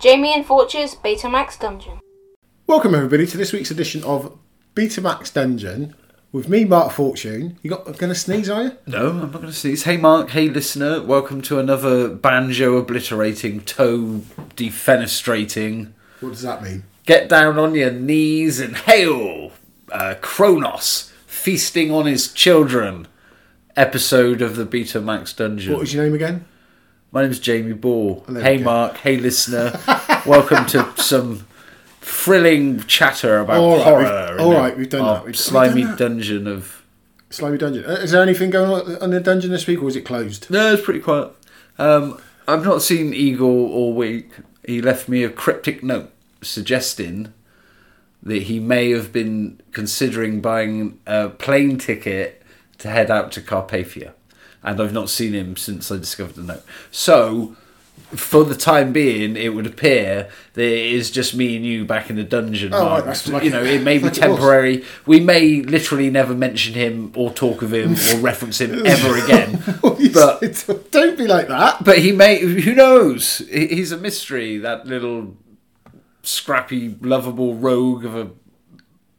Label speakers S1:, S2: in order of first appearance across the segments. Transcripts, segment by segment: S1: Damien Fortche's Betamax Dungeon.
S2: Welcome everybody to this week's edition of Betamax Dungeon with me, Mark Fortune. You got going to sneeze, are you?
S3: No, I'm not going to sneeze. Hey, Mark. Hey, listener. Welcome to another banjo obliterating, toe defenestrating.
S2: What does that mean?
S3: Get down on your knees and hail uh, Kronos feasting on his children. Episode of the Beta Max Dungeon.
S2: What was your name again?
S3: My name's Jamie Ball.
S2: There
S3: hey,
S2: we go.
S3: Mark. Hey, listener. Welcome to some thrilling chatter about
S2: All right,
S3: horror.
S2: we've-
S3: in
S2: all
S3: a-
S2: right, we've done
S3: our
S2: that. We've- we've done
S3: slimy
S2: that.
S3: dungeon of
S2: Slimy Dungeon. Uh, Is there anything going on on the dungeon this week, or is it closed?
S3: No, it's pretty quiet. Um, I've not seen Eagle all week. He left me a cryptic note suggesting that he may have been considering buying a plane ticket to head out to Carpathia. And I've not seen him since I discovered the note. So, for the time being, it would appear that it is just me and you back in the dungeon.
S2: Oh, right,
S3: Mark.
S2: that's like-
S3: you know, it may be
S2: like it was.
S3: temporary. We may literally never mention him or talk of him or reference him ever again. but
S2: don't be like that.
S3: but he may. Who knows? He- He's a mystery. That little scrappy, lovable rogue of a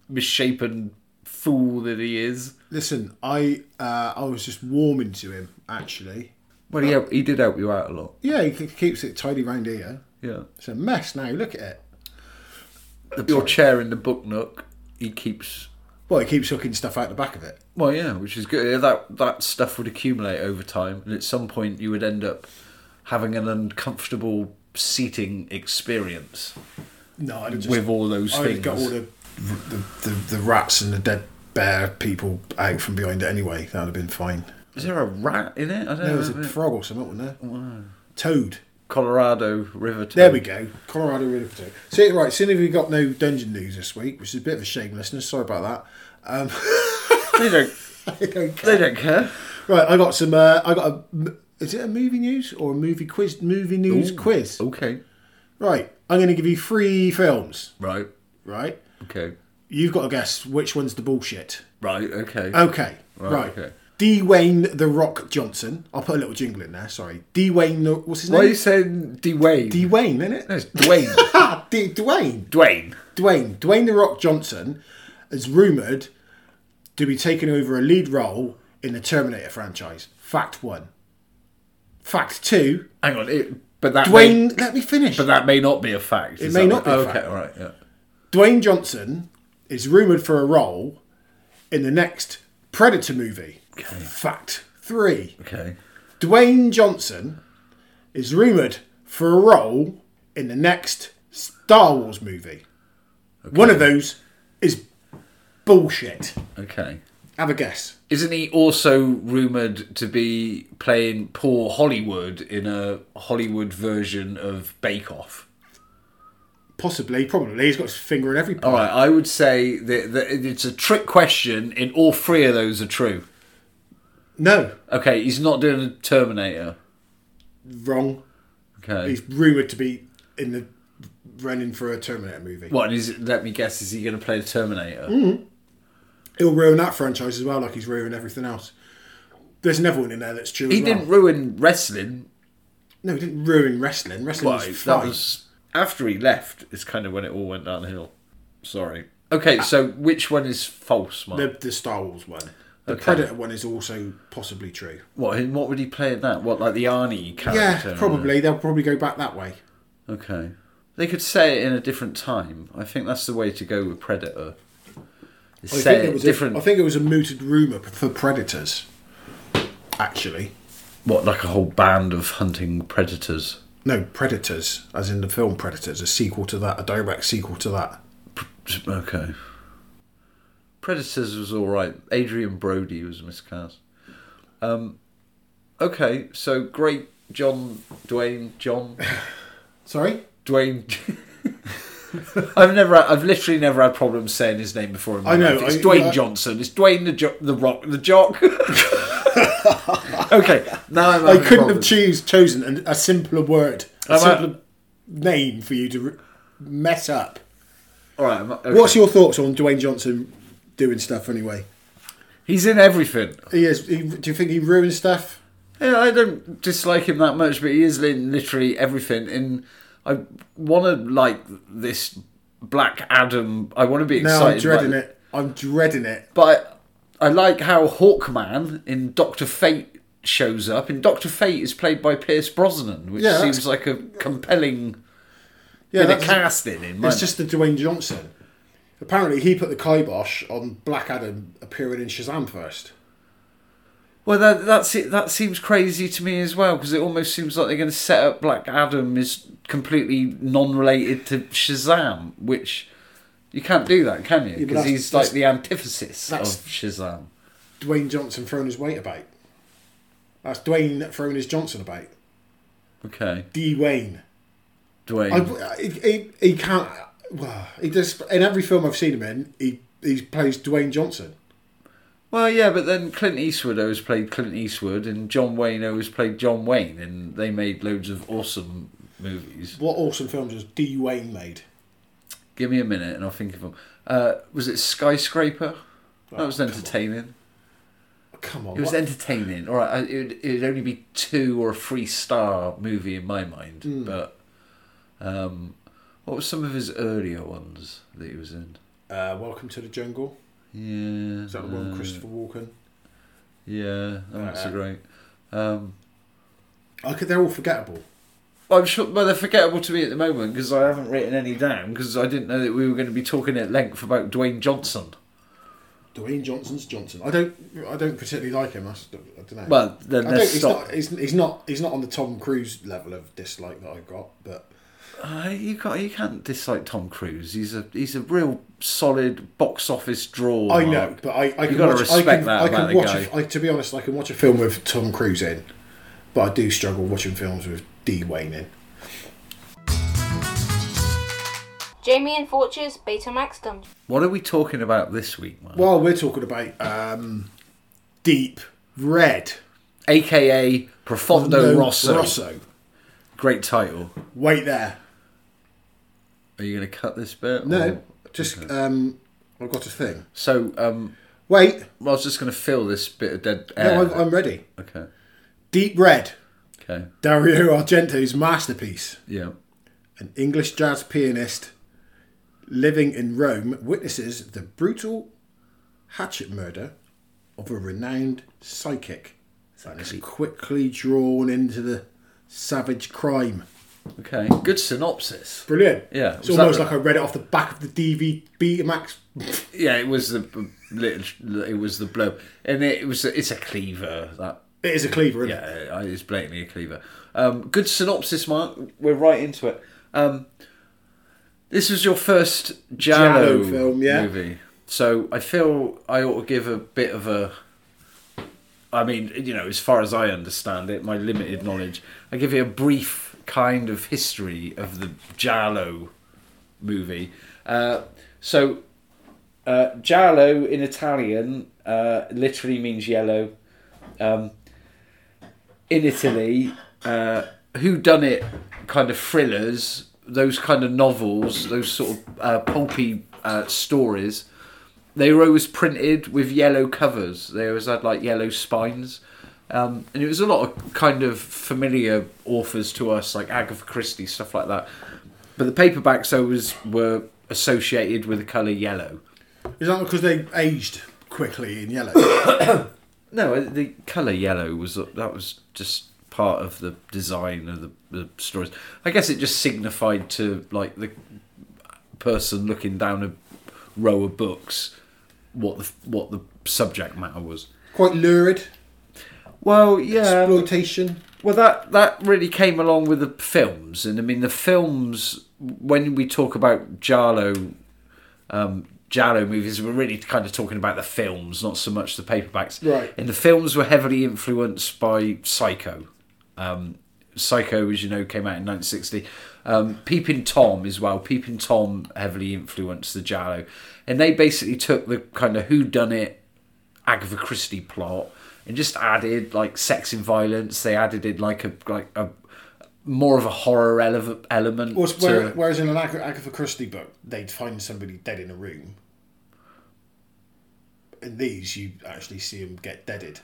S3: misshapen fool that he is.
S2: Listen, I uh, I was just warming to him actually.
S3: Well, yeah, he did help you out a lot.
S2: Yeah, he k- keeps it tidy round here.
S3: Yeah,
S2: It's a mess now. Look at it.
S3: your chair in the book nook. He keeps.
S2: Well, he keeps hooking stuff out the back of it.
S3: Well, yeah, which is good. That that stuff would accumulate over time, and at some point you would end up having an uncomfortable seating experience
S2: No, I just,
S3: with all those
S2: I
S3: things.
S2: got all the, the, the the rats and the dead bear people out from behind it anyway. That would have been fine.
S3: Is there a rat in it? I don't
S2: There was
S3: know.
S2: a frog or something, wasn't there? Toad.
S3: Colorado River.
S2: There we go. Colorado River Toad. See, right, seeing if we've got no dungeon news this week, which is a bit of a shame, listeners. Sorry about that. Um,
S3: They don't.
S2: I don't care.
S3: They don't care.
S2: Right, I got some. Uh, I got a. m- Is it a movie news or a movie quiz? Movie news quiz.
S3: Okay.
S2: Right, I'm going to give you three films.
S3: Right.
S2: Right,
S3: Okay.
S2: you've got to guess which one's the bullshit.
S3: Right. Okay.
S2: Okay. Right.
S3: Right, okay.
S2: Dwayne the Rock Johnson. I'll put a little jingle in there. Sorry, Dwayne. The, what's his
S3: Why are you
S2: name?
S3: saying Dwayne?
S2: Dwayne, isn't it?
S3: no, it's Dwayne.
S2: Ha! D- Dwayne.
S3: Dwayne.
S2: Dwayne. Dwayne the Rock Johnson is rumored to be taking over a lead role in the Terminator franchise. Fact one. Fact two.
S3: Hang on. It, but that May,
S2: Dwayne. let me finish.
S3: but that may not be a fact. It
S2: may not be a
S3: Okay.
S2: fact.
S3: All right. Yeah.
S2: Dwayne Johnson is rumored for a role in the next Predator movie.
S3: Okay.
S2: Fact three.
S3: Okay.
S2: Dwayne Johnson is rumoured for a role in the next Star Wars movie. One of those is bullshit.
S3: Okay.
S2: Have a guess.
S3: Isn't he also rumored to be playing Paul Hollywood in a Hollywood version of Bake Off?
S2: Possibly, probably. He's got his finger in every
S3: All
S2: pie.
S3: right. I would say that, that it's a trick question, and all three of those are true.
S2: No,
S3: Okay. He's not doing a Terminator.
S2: wrong.
S3: Okay.
S2: He's rumoured to be in the running for a Terminator movie.
S3: What and is? Let me guess. Is he going to play the Terminator?
S2: He'll ruin that franchise as well, like he's ruined everything else. There's another one in there that's true.
S3: He
S2: as well.
S3: didn't ruin wrestling.
S2: No, he didn't ruin wrestling. Wrestling
S3: Why?
S2: was
S3: That
S2: fine.
S3: was after he left. Is kind of when it all went downhill. Sorry. Okay, so which one is false, Mark?
S2: The, the Star Wars one. The
S3: Okay.
S2: Predator one is also possibly true.
S3: what? And what would he play in that? What like the Arnie
S2: Yeah,
S3: character?
S2: probably. They'll probably go back that way.
S3: Okay. They could say it in a different time. I think that's the way to go with Predator. Is
S2: I
S3: say
S2: think,
S3: it
S2: was
S3: different.
S2: A, I think it was a mooted rumour p- for predators, actually.
S3: what like a whole band of hunting predators.
S2: No, Predators, as in the film Predators, a sequel to that, a direct sequel to that.
S3: Okay. Predators was all right. Adrian Brody was miscast. Um, okay, so great John Dwayne John
S2: Sorry?
S3: Dwayne. I've never, I've literally never had problems saying his name before. In my
S2: I know,
S3: life. it's
S2: I-
S3: Dwayne
S2: I-
S3: Johnson. It's Dwayne the jo- the Rock the Jock. okay, now I'm
S2: I couldn't
S3: having
S2: have
S3: problems.
S2: choose, chosen an, a simpler word, a
S3: I'm a-
S2: simpler name for you to r mess up.
S3: all right, I'm- okay.
S2: What's your thoughts on Dwayne Johnson doing stuff anyway?
S3: He's in everything.
S2: He is. He, do you think he ruins stuff?
S3: Yeah, I don't dislike him that much, but he is in literally everything. And I want to like this Black Adam. I want to be
S2: Now
S3: excited.
S2: I'm dreading
S3: by-
S2: it. I'm dreading it.
S3: But I like how Hawkman in Doctor Fate shows up. And Doctor Fate is played by Pierce Brosnan, which
S2: Yeah, that's-
S3: seems like a compelling
S2: Yeah,
S3: bit of
S2: that's-
S3: casting. In my
S2: It's just the Dwayne Johnson. Apparently, he put the kibosh on Black Adam appearing in Shazam first.
S3: Well, that, that's it. That seems crazy to me as well because it almost seems like they're going to set up Black Adam is completely non-related to Shazam, which you can't do that, can you?
S2: but
S3: Because
S2: that's-
S3: he's like
S2: that's-
S3: the antithesis of
S2: that's-
S3: Shazam.
S2: Dwayne Johnson throwing his weight about. That's Dwayne throwing his Johnson about.
S3: Okay,
S2: Dwayne. I,
S3: Dwayne.
S2: I- he, he can't. Well, he just in every film I've seen him in, he he plays Dwayne Johnson.
S3: well, yeah, but then Clint Eastwood always played Clint Eastwood, and John Wayne always played John Wayne, and they made loads of awesome movies.
S2: What awesome films has Dwayne made?
S3: Give me a minute, and I'll think of them. Uh, was it Skyscraper?
S2: Oh,
S3: That was entertaining.
S2: Come on,
S3: It was
S2: what-
S3: entertaining. All right, I- it would, it would only be two or a three star movie in my mind.
S2: Hmm.
S3: But um, what were some of his earlier ones that he was in?
S2: uh, Welcome to the Jungle.
S3: Yeah, uh,
S2: Is that the one with Christopher Walken?
S3: yeah, that one's
S2: Uh,
S3: great. Um,
S2: I could, they're all forgettable.
S3: I'm sure, well, they're forgettable to me at the moment because I haven't written any down because I didn't know that we were going to be talking at length about Dwayne Johnson.
S2: Dwayne Johnson's Johnson. I don't I don't particularly like him. I, s- I don't know.
S3: Well, then
S2: I don't,
S3: let's
S2: he's,
S3: stop.
S2: not, he's, he's not he's not on the Tom Cruise level of dislike that I got, but
S3: Uh, you got you can't dislike Tom Cruise. He's a he's a real solid box office draw.
S2: I know.
S3: Mark.
S2: But I, I can
S3: gotta
S2: watch,
S3: respect
S2: I can,
S3: that
S2: I can
S3: about the
S2: watch.
S3: guy.
S2: a- I- to be honest, I can watch a film with Tom Cruise in, but I do struggle watching films with D Wayne in.
S1: Jamie and Fortune's Betamax Dungeon.
S3: What are we talking about this week, man?
S2: While we're talking about um, Deep Red,
S3: aka Profondo
S2: no,
S3: Rosso.
S2: Rosso.
S3: Great title.
S2: Wait there.
S3: Are you going to cut this bit?
S2: No,
S3: or-
S2: just um, I've got a thing.
S3: So, um,
S2: Wait,
S3: I was just going to fill this bit of dead air.
S2: no, I'm, I'm ready.
S3: Okay.
S2: Deep Red,
S3: Okay.
S2: Dario Argento's masterpiece.
S3: Yeah.
S2: An English jazz pianist living in Rome witnesses the brutal hatchet murder of a renowned psychic and is quickly drawn into the savage crime.
S3: Okay. Good synopsis.
S2: Brilliant.
S3: Yeah,
S2: It's
S3: was that
S2: almost
S3: the-
S2: like I read it off the back of the DVD Betamax.
S3: Yeah, it was the lit- it was the blow, and it was it's a cleaver that
S2: It is a cleaver, isn't it?
S3: yeah, I- it's blatantly a cleaver. Um, good synopsis, Mark. We're right into it. Um, this was your first Jallo,
S2: Giallo film, yeah.
S3: movie, so I feel I ought to give a bit of a. I mean, you know, as far as I understand it, my limited knowledge, I give you a brief kind of history of the Jallo movie. Uh, so, uh, Giallo in Italian uh, literally means yellow in Italy, uh, who done it kind of thrillers, those kind of novels, those sort of uh, pulpy uh, stories, they were always printed with yellow covers. They always had like yellow spines. Um, and it was a lot of kind of familiar authors to us, like Agatha Christie, stuff like that. But the paperbacks always were associated with the colour yellow.
S2: Is that because they aged quickly in yellow?
S3: No, uh, the color yellow was uh, that was just part of the design of the, the stories. I guess it just signified to like the person looking down a row of books what the what the subject matter was.
S2: Quite lurid.
S3: Well, yeah.
S2: Exploitation.
S3: Well, that that really came along with the films, and I mean the films. When we talk about Jarlo, um, Jarlo movies, we're really kind of talking about the films, not so much the paperbacks.
S2: Right.
S3: And the films were heavily influenced by Psycho. Um, Psycho, as you know, came out in 1960. Um, Peeping Tom as well. Peeping Tom heavily influenced the Jallo, and they basically took the kind of who done it Agatha Christie plot and just added like sex and violence. They added in like a like a more of a horror ele- element.
S2: Well, it's where,
S3: to-
S2: whereas in an Ag- Agatha Christie book, they'd find somebody dead in a room. In these, you actually see them get deaded.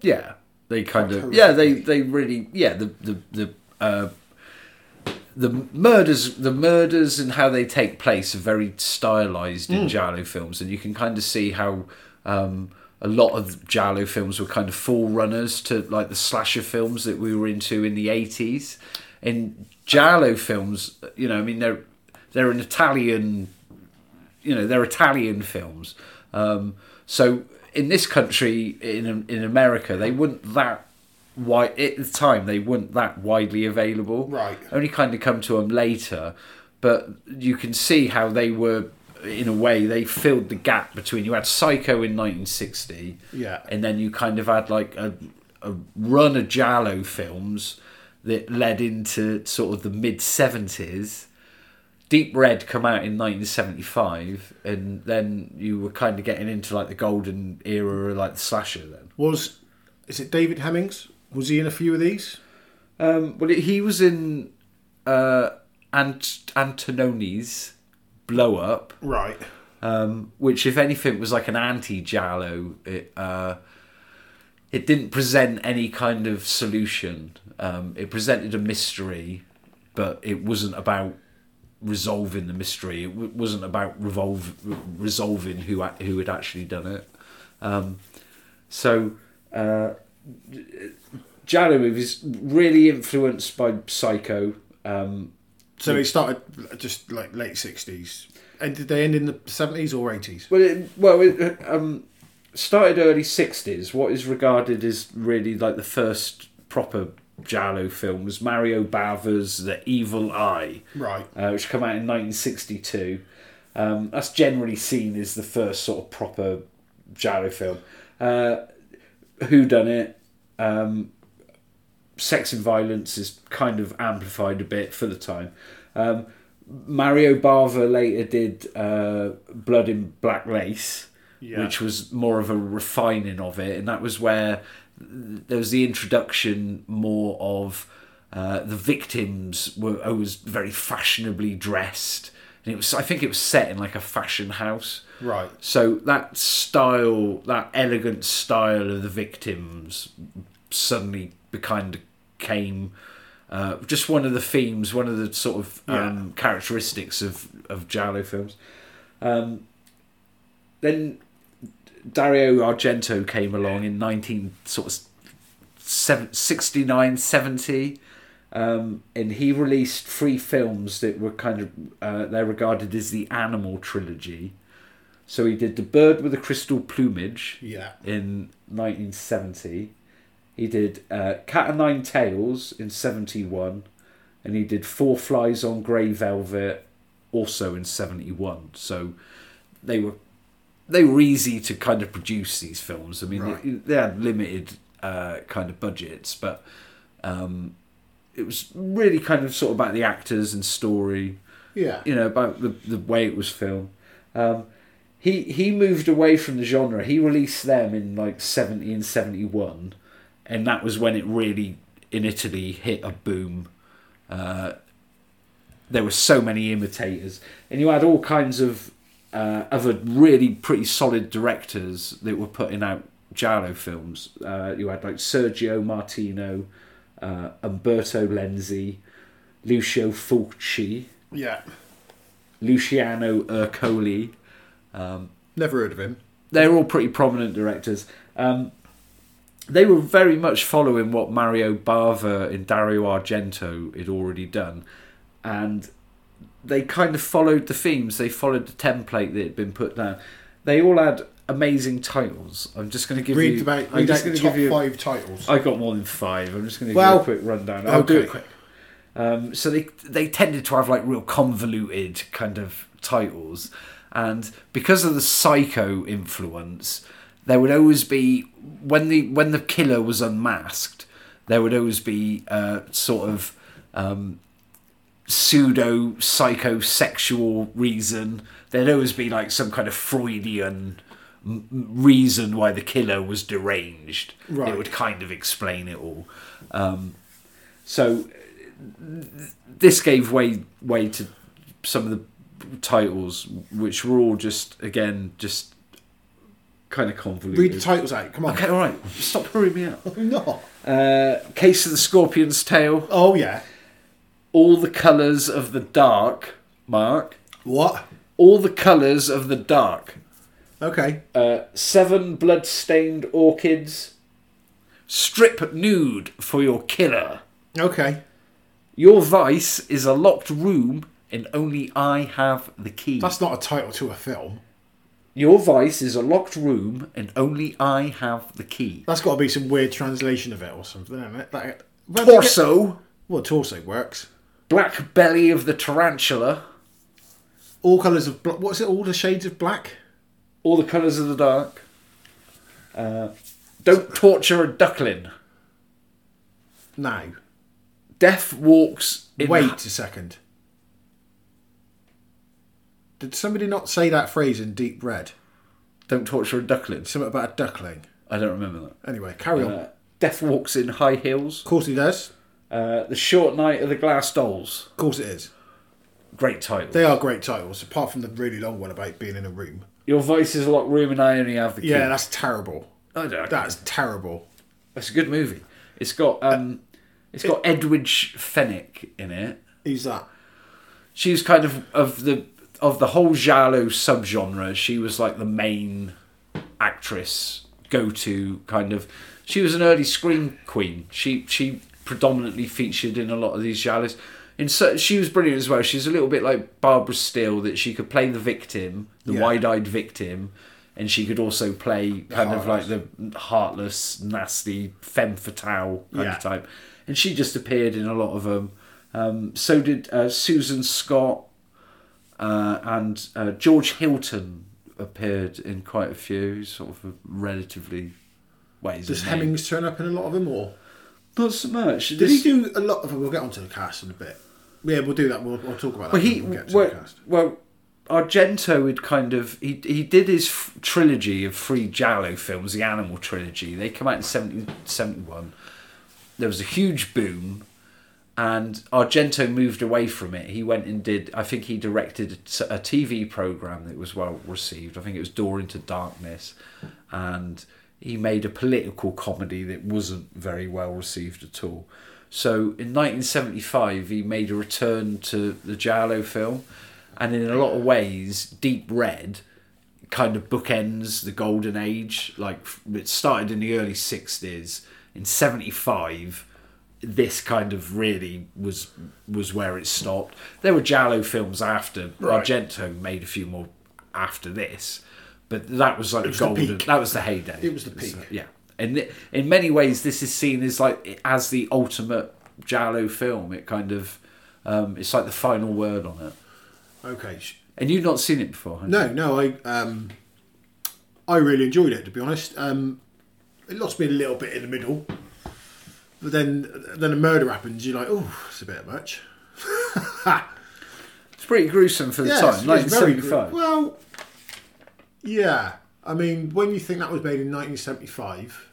S3: yeah, they kind of
S2: Horrific.
S3: yeah they they really yeah the the the uh, the murders the murders and how they take place are very stylized in Giallo films, and you can kind of see how um, a lot of Giallo films were kind of forerunners to like the slasher films that we were into in the eighties. In Giallo films, you know, I mean they're they're an Italian you know they're Italian films. Um, so in this country, in in America, they weren't that wide at the time. They weren't that widely available.
S2: Right.
S3: Only kind of come to them later, but you can see how they were. In a way, they filled the gap between you had Psycho in 1960,
S2: Yeah.
S3: and then you kind of had like a, a run of Giallo films that led into sort of the mid 70s. Deep Red come out in 1975, and then you were kind of getting into like the golden era, of, like the slasher. Then,
S2: Was is it David Hemmings? Was he in a few of these?
S3: um, well, he was in uh, Ant- Antononi's Blow Up,
S2: Right.
S3: um, which, if anything, was like an anti-Jallo. It uh, it didn't present any kind of solution. Um, it presented a mystery, but it wasn't about resolving the mystery. It w- wasn't about revolve re- resolving who a- who had actually done it. Um, so. Uh, Jallo movies really influenced by Psycho. Um,
S2: So it started just like late sixties, and did they end in the seventies or eighties?
S3: Well, it, well, it um, started early '60s. What is regarded as really like the first proper Giallo film was Mario Bava's *The Evil Eye*,
S2: Right.
S3: uh, which came out in 1962. Um, that's generally seen as the first sort of proper Giallo film. Uh, Who Done It? Um, sex and violence is kind of amplified a bit for the time. Um, Mario Bava later did uh, Blood in Black Lace,
S2: Yeah.
S3: which was more of a refining of it, and that was where there was the introduction more of uh, the victims were always very fashionably dressed, and it was I think it was set in like a fashion house,
S2: Right.
S3: so that style, that elegant style of the victims, suddenly kind of came. Uh, just one of the themes, one of the sort of um, characteristics of of Giallo films. Um, then Dario Argento came along in nineteen sort of seven, 69, 70 um, and he released three films that were kind of uh, they're regarded as the animal trilogy. So he did the bird with the crystal plumage
S2: Yeah.
S3: in 1970. He did uh, Cat o' Nine Tails in 71, and he did Four Flies on Grey Velvet also in 71. So they were they were easy to kind of produce these films. I mean,
S2: Right.
S3: they, they had limited uh, kind of budgets, but um, it was really kind of sort of about the actors and story
S2: Yeah.
S3: you know about the, the way it was filmed. Um, he he moved away from the genre. He released them in like seventy and seventy one, and that was when it really in Italy hit a boom. Uh, there were so many imitators, and you had all kinds of uh, other really pretty solid directors that were putting out giallo films. Uh, you had like Sergio Martino, uh, Umberto Lenzi, Lucio Fulci.
S2: Yeah.
S3: Luciano Ercoli. Um,
S2: Never heard of him.
S3: they're all pretty prominent directors. Um, they were very much following what Mario Bava and Dario Argento had already done, and they kind of followed the themes. They followed the template that had been put down. They all had amazing titles. I'm just going to give
S2: Read
S3: you.
S2: about
S3: I'm
S2: read out
S3: just
S2: the
S3: gonna
S2: top
S3: you-
S2: five titles.
S3: I got more than five. I'm just going to
S2: Well,
S3: give you a quick rundown. I'll do
S2: okay.
S3: it quick. Um, so they they tended to have like real convoluted kind of titles, and because of the psycho influence, there would always be when the when the killer was unmasked, there would always be uh, sort of um, pseudo psychosexual reason. There'd always be like some kind of Freudian m- m- reason why the killer was deranged.
S2: Right.
S3: It would kind of explain it all. Um, so this gave way way to some of the titles, which were all just again just kind of convoluted.
S2: Read the titles out. Come on.
S3: okay, all right, stop hurrying me up.
S2: No.
S3: Uh, Case of the Scorpion's Tail,
S2: Oh yeah.
S3: all the colours of the dark, Mark.
S2: What?
S3: All the colours of the dark.
S2: Okay.
S3: Uh, seven blood-stained orchids. Strip nude for your killer.
S2: Okay.
S3: Your vice is a locked room, and only I have the key.
S2: That's not a title to a film.
S3: Your vice is a locked room, and only I have the key.
S2: That's got to be some weird translation of it or something, isn't it? Like, where'd they get-
S3: Torso,
S2: Well, torso works.
S3: black belly of the tarantula,
S2: All colours of black. What's it? All the shades of black?
S3: all the colours of the dark. Uh, don't torture a duckling.
S2: No.
S3: Death walks in.
S2: Wait a second. Did somebody not say that phrase in Deep Red?
S3: Don't torture a duckling.
S2: Something about a duckling.
S3: I don't remember
S2: Anyway, carry
S3: that.
S2: on.
S3: Uh, death walks in high heels.
S2: Of course he does.
S3: Uh, the short night of the glass dolls.
S2: Of course it is.
S3: Great title.
S2: They are great titles, apart from the really long one about being in a room.
S3: Your vice is a locked room, and I only have the key.
S2: Yeah, that's terrible.
S3: I don't.
S2: That's terrible.
S3: That's a good movie. It's got um, it's got Edwidge Fenwick in it.
S2: Who's that?
S3: She's kind of of the of the whole giallo subgenre. She was like the main actress go to kind of. She was an early screen queen. She she predominantly featured in a lot of these giallos. In so, she was brilliant as well. She's a little bit like Barbara Steele that she could play the victim, the
S2: Yeah.
S3: wide-eyed victim, and she could also play kind of like
S2: heartless.
S3: the heartless, nasty femme fatale kind
S2: Yeah.
S3: of type. And she just appeared in a lot of them. Um, so did uh, Susan Scott uh, and uh, George Hilton appeared in quite a few, sort of a relatively. Wait, is
S2: Does
S3: his name?
S2: Hemmings turn up in a lot of them, or
S3: Not so much.
S2: did he
S3: This-
S2: do a lot of them? We'll get onto the cast in a bit. Yeah, we'll do that. We'll, we'll talk about that. when
S3: Well, he
S2: we Hmm, get to the
S3: well,
S2: cast.
S3: well, Argento had kind of he he did his f- trilogy of three Giallo films, the Animal trilogy. They come out in 1771. There was a huge boom, and Argento moved away from it. He went and did. I think he directed a t- a TV program that was well received. I think it was Door into Darkness, and he made a political comedy that wasn't very well received at all. So in 1975, he made a return to the Giallo film, and in a lot of ways, Deep Red kind of bookends the golden age. Like it started in the early 60s. In 75, this kind of really was was where it stopped. There were Giallo films after Argento made a few more after this, but that was like the
S2: was the
S3: golden.
S2: peak.
S3: that was the heyday.
S2: It was the peak.
S3: yeah, and thi- in many ways, this is seen as like as the ultimate Giallo film. It kind of um, it's like the final word on it.
S2: Okay. sh-
S3: And you've not seen it before, have
S2: No, no, I um, I really enjoyed it to be honest. Um, it lost me a little bit in the middle, but then then a murder happens. You're like, oh, it's a bit much.
S3: It's pretty gruesome for the time,
S2: it's- it's very
S3: 1975.
S2: good. Well, yeah. I mean, when you think that was made in 1975,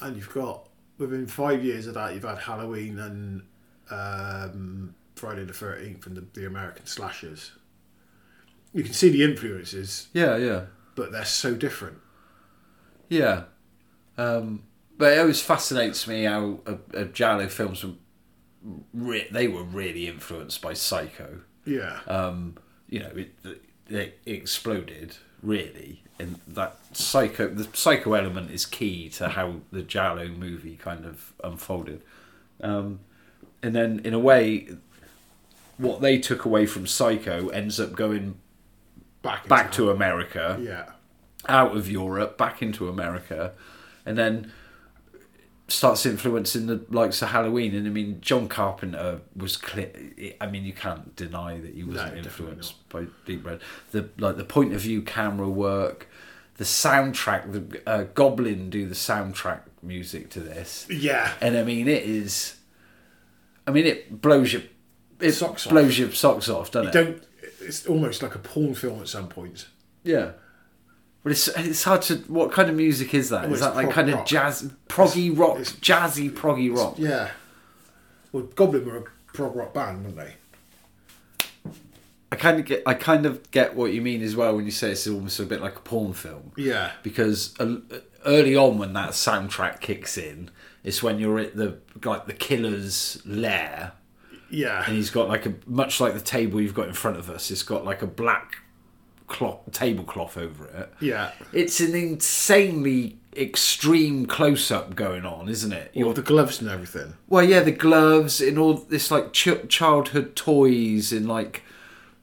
S2: and you've got within five years of that, you've had Halloween and um, Friday the 13th and the, the American slashers. You can see the influences,
S3: yeah, yeah,
S2: but they're so different.
S3: yeah. Um, but it always fascinates me how uh, uh, Giallo films were. Re- they were really influenced by Psycho.
S2: Yeah.
S3: um, you know, it, it, it exploded really, and that psycho the psycho element is key to how the Giallo movie kind of unfolded. Um, and then, in a way, what they took away from Psycho ends up going
S2: back
S3: back
S2: into-
S3: to America
S2: Yeah.
S3: out of Europe, back into America, and then starts influencing the likes of Halloween. And I mean, John Carpenter was clear. I mean, you can't deny that he wasn't
S2: definitely
S3: influenced by Deep Red. The like the point of view camera work, the soundtrack. The uh, Goblin do the soundtrack music to this,
S2: Yeah.
S3: and I mean, it is. I mean, it blows your. It
S2: Socks off.
S3: blows your socks off, doesn't it?
S2: Don't. It's almost like a porn film at some points.
S3: Yeah. But it's it's hard to what kind of music is that? Is
S2: it's
S3: that like
S2: prog
S3: kind of
S2: rock.
S3: jazz proggy rock,
S2: it's-
S3: jazzy proggy rock?
S2: Yeah. Well, Goblin were a prog rock band, weren't they?
S3: I kind of get I kind of get what you mean as well when you say it's almost a bit like a porn film.
S2: Yeah.
S3: Because uh, early on when that soundtrack kicks in, it's when you're at the like the killer's lair
S2: Yeah.
S3: and he's got like a much like the table you've got in front of us. It's got like a black cloth tablecloth over it.
S2: Yeah.
S3: It's an insanely extreme close up going on, isn't it?
S2: All the gloves and everything.
S3: Well, yeah, the gloves and all this like ch- childhood toys and like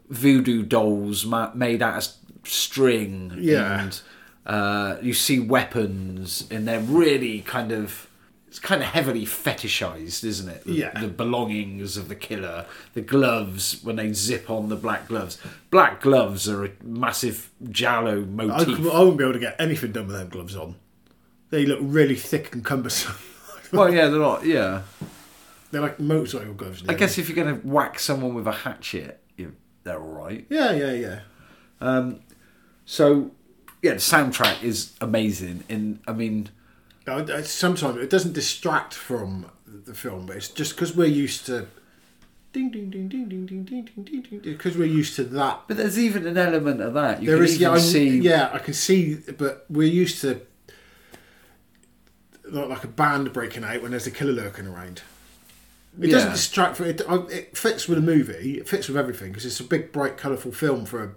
S3: voodoo dolls ma- made out of s- string.
S2: Yeah.
S3: And uh, you see weapons, and they're really kind of. It's kind of heavily fetishized, isn't it? The,
S2: Yeah.
S3: The belongings of the killer, the gloves when they zip on the black gloves. Black gloves are a massive Jallo
S2: I,
S3: motif.
S2: could, I wouldn't be able to get anything done with them gloves on. They look really thick and cumbersome.
S3: well, yeah, they're not. Yeah.
S2: They're like motorcycle gloves.
S3: I guess if you're going to whack someone with a hatchet, you, they're all right.
S2: Yeah, yeah, yeah.
S3: So yeah, the soundtrack is amazing, and I mean,
S2: I- I- Sometimes it doesn't distract from the film, but it's just because we're used to ding ding ding ding ding ding ding ding ding ding because we're used to that.
S3: but there's even an element of that you
S2: There
S3: can
S2: is
S3: even
S2: yeah, I'm-
S3: see.
S2: yeah, I can see, but we're used to like, like a band breaking out when there's a killer lurking around. It doesn't
S3: Yeah.
S2: distract from it. I- It fits with the movie. It fits with everything because it's a big, bright, colourful film for a,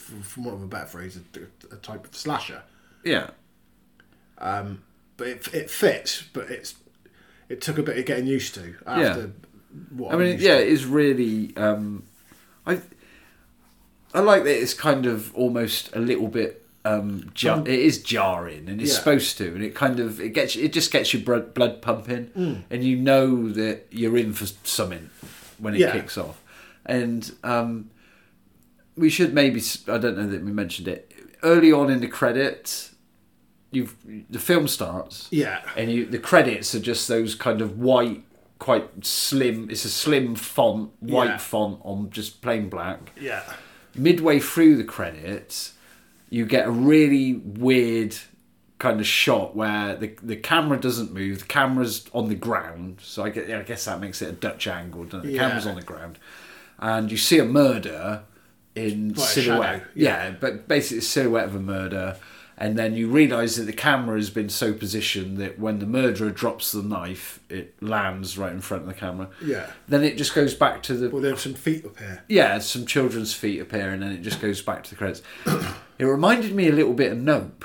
S2: for, for want of a better phrase, a, a type of slasher.
S3: yeah,
S2: but it, it fits. But it's it took a bit of getting used to after.
S3: Yeah.
S2: What
S3: I
S2: I'm
S3: mean,
S2: used
S3: yeah,
S2: to.
S3: it is really. Um, I I like that it's kind of almost a little bit. Um, jar- it is jarring, and it's
S2: Yeah.
S3: supposed to, and it kind of it gets it just gets your blood, blood pumping,
S2: Mm.
S3: and you know that you're in for something when it
S2: Yeah.
S3: kicks off, and um, we should maybe s- I don't know that we mentioned it early on in the credits. You've the film starts,
S2: Yeah.
S3: and you the credits are just those kind of white quite slim it's a slim font white
S2: Yeah.
S3: font on just plain black
S2: yeah,
S3: midway through the credits you get a really weird kind of shot where the the camera doesn't move the camera's on the ground so i guess, I guess that makes it a dutch angle doesn't it? the
S2: Yeah.
S3: camera's on the ground and you see a murder in
S2: By a
S3: silhouette
S2: shadow,
S3: yeah. but basically it's silhouette of a murder and then you realize that the camera has been so positioned that when the murderer drops the knife it lands right in front of the camera
S2: Yeah.
S3: then it just goes back to the
S2: Well, there's some feet up here.
S3: yeah, some children's feet appear and then it just goes back to the credits. it reminded me a little bit of Nope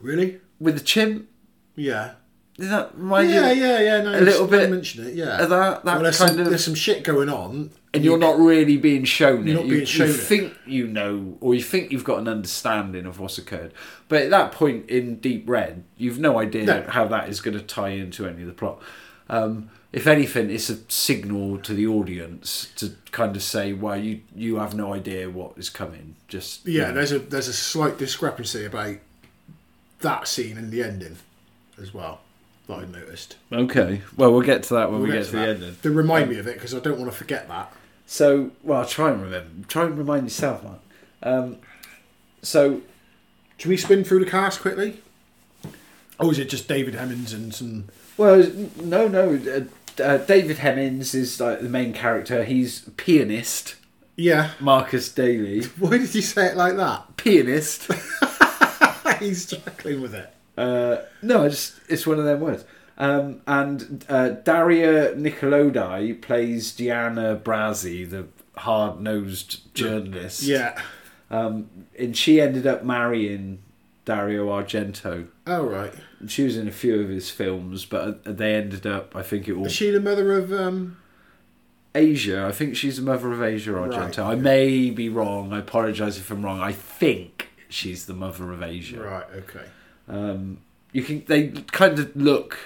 S2: Really?
S3: with the chimp.
S2: Yeah.
S3: Did that remind
S2: Yeah,
S3: you?
S2: yeah, yeah. No,
S3: a little
S2: it's- now you
S3: bit
S2: Mention it. Yeah.
S3: of that- that
S2: well, there's
S3: kind
S2: some,
S3: of-
S2: there's some shit going on,
S3: And you're not really being shown
S2: You're
S3: it.
S2: not
S3: you,
S2: being shown
S3: you
S2: it.
S3: think you know, or you think you've got an understanding of what's occurred. But at that point in Deep Red, you've no idea
S2: No.
S3: how that is going to tie into any of the plot. Um, if anything, it's a signal to the audience to kind of say, "Well, you you have no idea what is coming." Just you
S2: Yeah,
S3: know.
S2: there's a there's a slight discrepancy about that scene and the ending as well that I noticed.
S3: Okay. Well, we'll get to that when we get, to, the
S2: that.
S3: ending.
S2: They remind me of it because I don't want to forget that.
S3: So, well, try and remember. Try and remind yourself, Mark. Um, so,
S2: Should we spin through the cast quickly? Or is it just David Hemmings and some?
S3: well, no, no. Uh, uh, David Hemmings is like the main character. He's a pianist.
S2: Yeah.
S3: Marcus Daly,
S2: Why did you say it like that?
S3: pianist.
S2: He's struggling with it.
S3: Uh, no, I just it's one of them words. Um, and uh, Daria Nicolodi plays Diana Brazzi, the hard-nosed journalist.
S2: Yeah.
S3: and she ended up marrying Dario Argento.
S2: All right.
S3: And She was in a few of his films, but uh, they ended up. I think it all
S2: Is she the mother of? um
S3: Asia. I think she's the mother of Asia Argento.
S2: Right.
S3: I may be wrong. I apologise if I'm wrong. I think she's the mother of Asia.
S2: Right. Okay.
S3: Um, you can. They kind of look.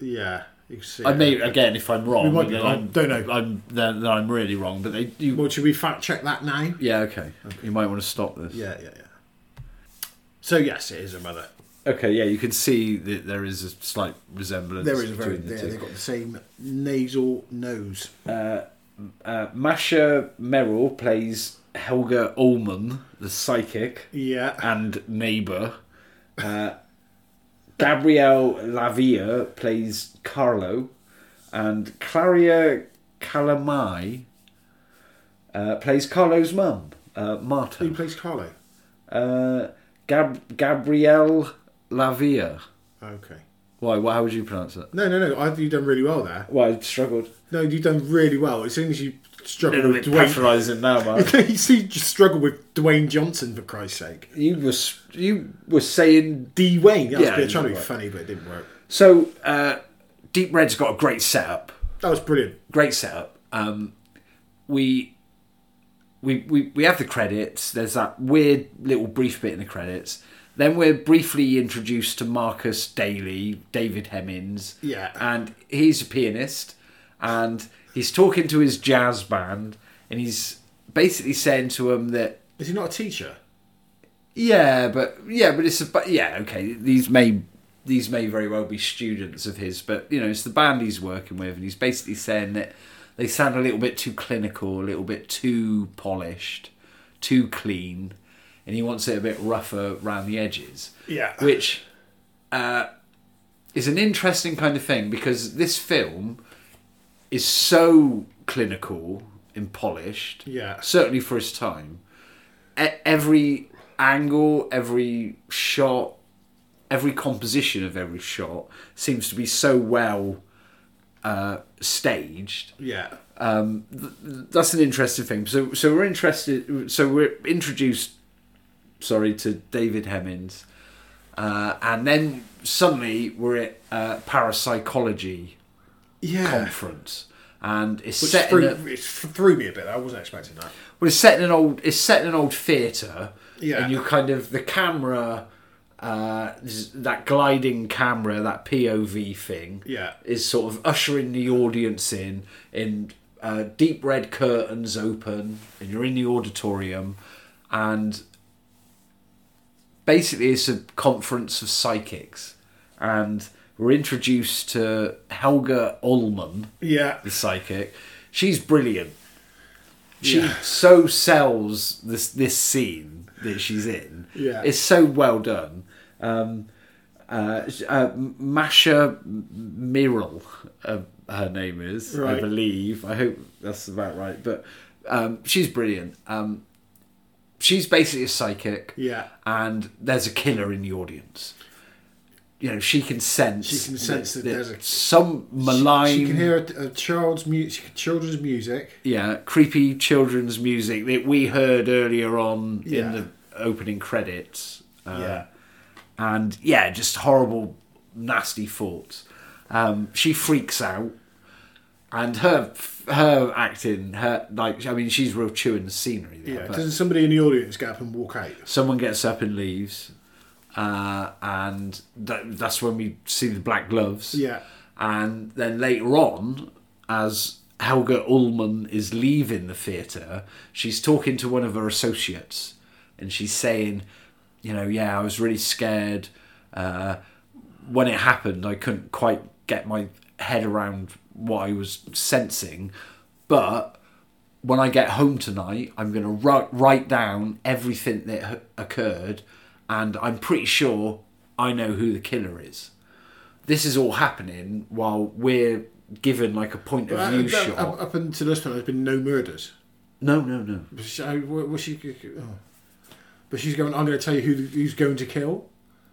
S2: Yeah. You can see.
S3: I
S2: it.
S3: may again if I'm wrong.
S2: We might be
S3: then
S2: wrong.
S3: I'm-
S2: Don't know.
S3: I'm then, then I'm really wrong. But they. You,
S2: Well, should we fact check that now?
S3: yeah. Okay. You might want to stop this.
S2: Yeah. Yeah. Yeah. So yes, it is a mother.
S3: Okay. Yeah. You can see that there is a slight resemblance.
S2: There is a very
S3: between the
S2: yeah,
S3: two.
S2: they've got the same nasal nose.
S3: Uh, Masha Merrill plays Helga Ullman, the psychic
S2: Yeah.
S3: and neighbor. Uh, Gabrielle Lavia plays Carlo, and Claria Calamai uh, plays Carlo's mum, uh,
S2: Who
S3: Marta.
S2: plays Carlo?
S3: Uh, Gab- Gabrielle Lavia.
S2: Okay.
S3: Why? Why? How would you pronounce it?
S2: No, no, no. I think you've done really well there.
S3: Why I struggled.
S2: No, you've done really well. As soon as you
S3: A
S2: struggle
S3: little
S2: with
S3: bit
S2: Dwayne,
S3: patronising now, man.
S2: you see, you struggle with Dwayne Johnson for Christ's sake.
S3: you was you were saying
S2: Dwayne. That was
S3: Yeah,
S2: yeah, trying to be
S3: right.
S2: funny, but it didn't work.
S3: so. Uh, Deep Red's got a great setup.
S2: That was brilliant.
S3: great setup. Um, we, we we we have the credits. There's that weird little brief bit in the credits. Then we're briefly introduced to Marcus Daly, David Hemmings.
S2: Yeah.
S3: and he's a pianist, and he's talking to his jazz band, and he's basically saying to him that
S2: Is he not a teacher?
S3: yeah, but yeah, but it's about yeah. Okay, these may these may very well be students of his, but you know, it's the band he's working with, and he's basically saying that they sound a little bit too clinical, a little bit too polished, too clean, and he wants it a bit rougher round the edges.
S2: Yeah.
S3: which uh, is an interesting kind of thing because this film is so clinical and polished.
S2: Yeah.
S3: certainly for his time e- every angle, every shot, every composition of every shot seems to be so well uh, staged.
S2: Yeah.
S3: That's an interesting thing. So, so we're interested. So we're introduced. Sorry to David Hemmings, uh, and then suddenly we're at uh, parapsychology
S2: Yeah.
S3: conference, and it's
S2: Which
S3: set in
S2: threw,
S3: a,
S2: it threw me a bit. I wasn't expecting that.
S3: Well, it's set in an old it's set in an old theatre.
S2: Yeah.
S3: And you kind of the camera, uh, is- that gliding camera, that POV thing.
S2: Yeah.
S3: Is sort of ushering the audience in in uh, deep red curtains open, and you're in the auditorium, and basically it's a conference of psychics, and we're introduced to Helga Ullman
S2: Yeah.
S3: the psychic. She's brilliant. She
S2: Yeah.
S3: so sells this this scene that she's in.
S2: Yeah.
S3: it's so well done. Um, uh, uh, Masha Miral, uh, her name is, I
S2: Right.
S3: believe. I hope that's about right. But um, she's brilliant. Um, she's basically a psychic.
S2: Yeah.
S3: and there's a killer in the audience. You know, she can sense.
S2: She can sense that there's a-
S3: some malign.
S2: She can hear a, a child's mu- she can- children's music.
S3: yeah, creepy children's music that we heard earlier on in
S2: Yeah.
S3: the opening credits. Uh,
S2: Yeah.
S3: And yeah, just horrible, nasty thoughts. Um, she freaks out, and her her acting, her like I mean, she's real chewing the scenery. There,
S2: Yeah.
S3: but-
S2: Doesn't somebody in the audience get up and walk out?
S3: someone gets up and leaves, uh, and that, that's when we see the black gloves.
S2: Yeah.
S3: And then later on, as Helga Ullman is leaving the theatre, she's talking to one of her associates, and she's saying, "You know, yeah, I was really scared. Uh, when it happened, I couldn't quite get my head around what I was sensing, but." when I get home tonight, I'm going to write, write down everything that h- occurred, and I'm pretty sure I know who the killer is. This is all happening while we're given like a point of
S2: Uh,
S3: view
S2: that-
S3: shot.
S2: up, up until this point, there's been no murders.
S3: no, no, no.
S2: Was she, I- wa- was she oh. But she's going. I'm going to tell you who who's going to kill.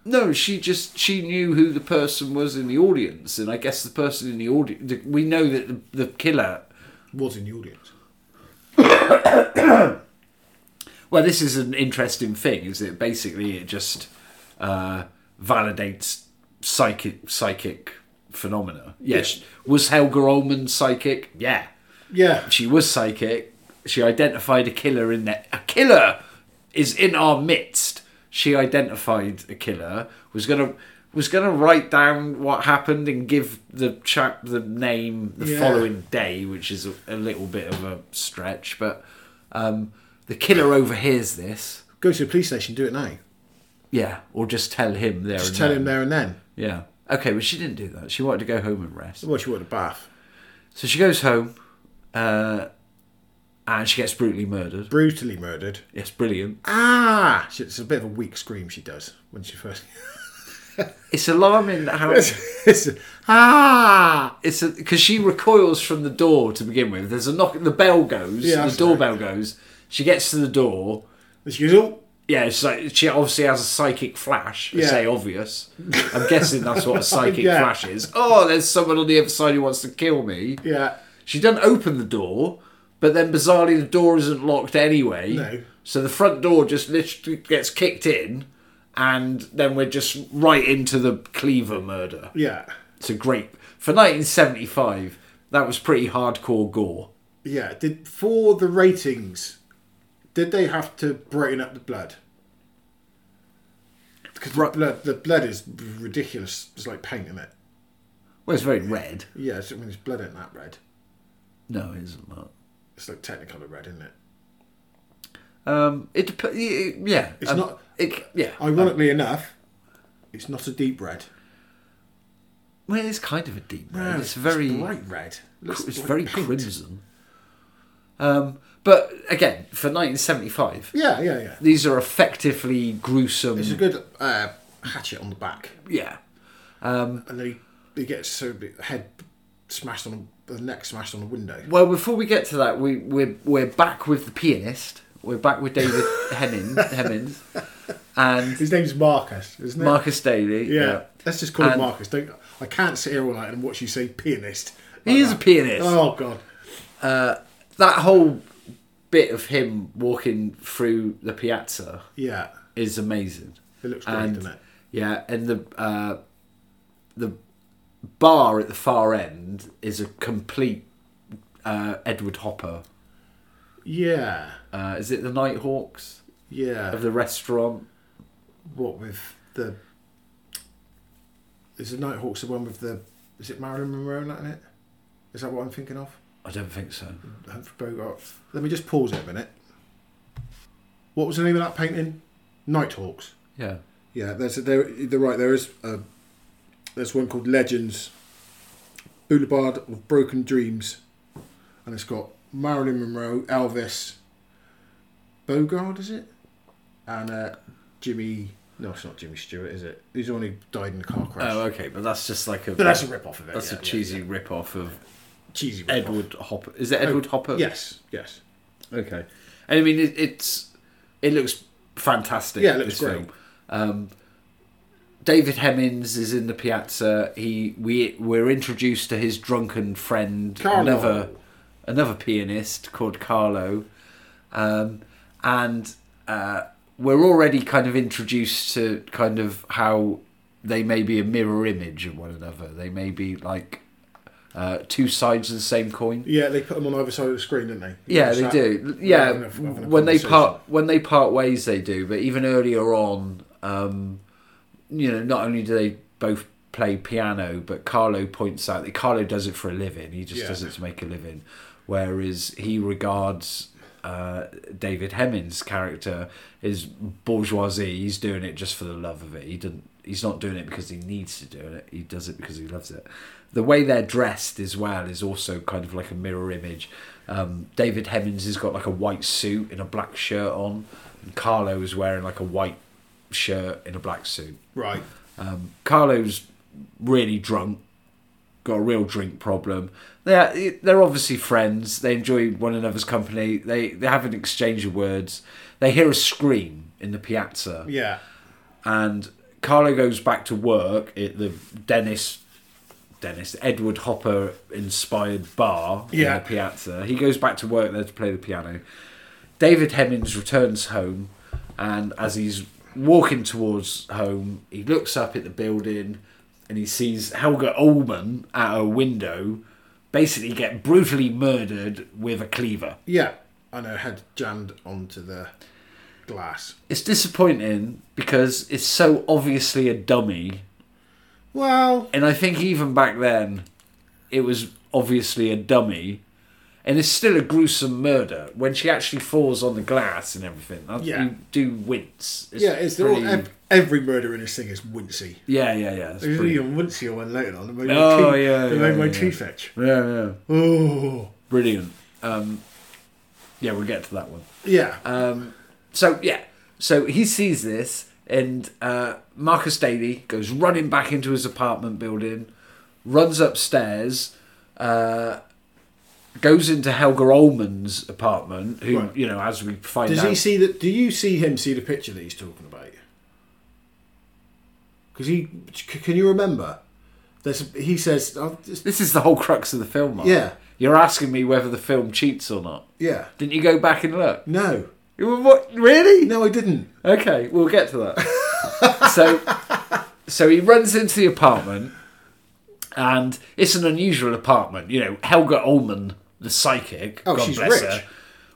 S3: No, she just she knew who the person was in the audience, and I guess the person in the audience. The, we know that the, the killer.
S2: Was in the audience.
S3: Well, this is an interesting thing, is it? Basically, it just uh, validates psychic psychic phenomena. Yes, was Helga Ullman psychic? Yeah,
S2: Yeah.
S3: she was psychic. She identified a killer in there. A killer is in our midst. She identified a killer. Was gonna was gonna write down what happened and give the chap the name the
S2: Yeah.
S3: following day, which is a, a little bit of a stretch. But um, the killer overhears this.
S2: Go to the police station. Do it now.
S3: Yeah, or just tell him there.
S2: Just
S3: and
S2: tell
S3: then.
S2: him there and then.
S3: Yeah. Okay, but she didn't do that. She wanted to go home and rest.
S2: Well, she wanted a bath.
S3: So she goes home, uh, and she gets brutally murdered.
S2: Brutally murdered.
S3: It's brilliant.
S2: Ah, She- it's a bit of a weak scream she does when she first.
S3: It's alarming how
S2: It's a- ah,
S3: it's because she recoils from the door to begin with. There's a knock. The bell goes.
S2: Yeah,
S3: the
S2: that's
S3: doorbell goes. She gets to the door.
S2: And she goes. Oh,
S3: yeah, it's like she obviously has a psychic flash. I
S2: Yeah.
S3: Say obvious. I'm guessing that's what a psychic
S2: Yeah.
S3: flash is. Oh, there's someone on the other side who wants to kill me.
S2: Yeah.
S3: She doesn't open the door, but then bizarrely the door isn't locked anyway.
S2: No.
S3: So the front door just literally gets kicked in, and then we're just right into the Cleaver murder.
S2: Yeah.
S3: It's a great for 1975. That was pretty hardcore gore.
S2: Yeah. Did for the ratings, did they have to brighten up the blood? Because the
S3: Right.
S2: blood, the blood is ridiculous. It's like paint in it.
S3: Well, it's very red.
S2: Yeah, it's, I mean, it's blood ain't that red.
S3: No, it isn't that.
S2: It's like technicolor red, isn't it?
S3: Um, it dep- y- yeah.
S2: It's
S3: um,
S2: not-
S3: It yeah.
S2: Ironically enough, it's not a deep red.
S3: Well, it's kind of a deep red.
S2: No,
S3: it's very
S2: bright red. Looks
S3: it's
S2: like
S3: very
S2: paint.
S3: crimson. Um, but again, for 1975,
S2: Yeah, yeah, yeah.
S3: these are effectively gruesome.
S2: It's a good uh, hatchet on the back,
S3: yeah,
S2: and then he, he gets so big- head smashed on a, the neck smashed on a window.
S3: Well, before we get to that, we, we're, we're back with the pianist. We're back with David Hemmings, Hemmings and
S2: His name's Marcus, isn't it?
S3: Marcus Daly.
S2: Yeah. Let's just call him
S3: And-
S2: Marcus. Don't I can't sit here all night and watch you say pianist.
S3: He is a pianist.
S2: Oh god.
S3: That whole bit of him walking through the piazza
S2: Yeah.
S3: is amazing.
S2: It looks great,
S3: And-
S2: doesn't it?
S3: Yeah, and the uh, the bar at the far end is a complete uh, Edward Hopper.
S2: Yeah.
S3: Uh, is it the Nighthawks
S2: Yeah.
S3: of the restaurant?
S2: what with the is the Nighthawks the one with the is it Marilyn Monroe in that in it? Is that what I'm thinking of?
S3: I don't think so.
S2: Humphrey Bogart. Let me just pause it a minute. What was the name of that painting? Nighthawks.
S3: Yeah.
S2: Yeah, there's a, there. They're right. There is a, there's one called Legends Boulevard of Broken Dreams, and it's got Marilyn Monroe, Elvis, Bogard, is it? And uh, Jimmy. No, it's not Jimmy Stewart, is it? He's the one who died in a car crash.
S3: Oh, okay, but that's just like a.
S2: but that's a rip off of it.
S3: that's
S2: yeah,
S3: a
S2: yeah,
S3: cheesy rip off of
S2: yeah. cheesy rip-off.
S3: Edward Hopper. Is it Edward Hopper?
S2: Yes, yes.
S3: Okay. And I mean, it, it's it looks fantastic.
S2: Yeah, it looks
S3: this
S2: great.
S3: Film. Um, David Hemmings is in the piazza. He we we're introduced to his drunken friend,
S2: Carlo.
S3: another another pianist called Carlo, um, and uh, we're already kind of introduced to kind of how they may be a mirror image of one another. They may be like uh, two sides of the same coin.
S2: Yeah, they put them on either side of the screen, didn't they?
S3: Yeah, they
S2: Sat-
S3: do.
S2: having
S3: Yeah,
S2: a- having a
S3: when they
S2: conversation.
S3: part when they part ways, they do. But even earlier on, um, you know, not only do they both play piano, but Carlo points out that Carlo does it for a living. He just
S2: Yeah.
S3: does it to make a living, whereas he regards. Uh, David Hemmings' character is bourgeoisie. He's doing it just for the love of it. He didn't. He's not doing it because he needs to do it. He does it because he loves it. The way they're dressed as well is also kind of like a mirror image. Um, David Hemmings has got like a white suit and a black shirt on, and Carlo is wearing like a white shirt and a black suit.
S2: Right.
S3: Um, Carlo's really drunk, got a real drink problem. They're they're obviously friends. They enjoy one another's company. They they have an exchange of words. They hear a scream in the piazza,
S2: Yeah.
S3: and Carlo goes back to work at the Dennis. Dennis Edward Hopper inspired bar
S2: Yeah.
S3: in the piazza. He goes back to work there to play the piano. David Hemmings returns home, and as he's walking towards home, he looks up at the building and he sees Helga Ullman at her window basically get brutally murdered with a cleaver.
S2: Yeah, I know. Head jammed onto the glass.
S3: It's disappointing because it's so obviously a dummy
S2: Well,
S3: And I think even back then, it was obviously a dummy. And it's still a gruesome murder when she actually falls on the glass and everything. I-
S2: Yeah.
S3: You do wince. It's
S2: yeah, it's they're
S3: pretty-
S2: all, ev- every murder in this thing is wincy.
S3: yeah, yeah, yeah. It's
S2: There's
S3: pretty-
S2: even wincy one later on. It made
S3: Oh,
S2: my teeth,
S3: yeah,
S2: it
S3: yeah,
S2: made my
S3: yeah,
S2: teeth itch.
S3: yeah, yeah.
S2: Oh,
S3: Brilliant. Um, yeah, we'll get to that one.
S2: yeah,
S3: Um, so yeah, so he sees this, and uh, Marcus Daly goes running back into his apartment building, runs upstairs, uh, goes into Helga Ullman's apartment, who,
S2: Right.
S3: you know, as we find
S2: Does
S3: out.
S2: he see that? Do you see him see the picture that he's talking about? Because he, c- can you remember? There's, he says, oh, just,
S3: this is the whole crux of the film. Mark.
S2: Yeah.
S3: You're asking me whether the film cheats or not.
S2: yeah,
S3: Didn't you go back and look?
S2: no,
S3: You were- What? Really?
S2: no, I didn't.
S3: Okay, we'll get to that. so, so he runs into the apartment, and it's an unusual apartment. You know, Helga Ullman, the psychic.
S2: Oh,
S3: God
S2: she's rich.
S3: bless her.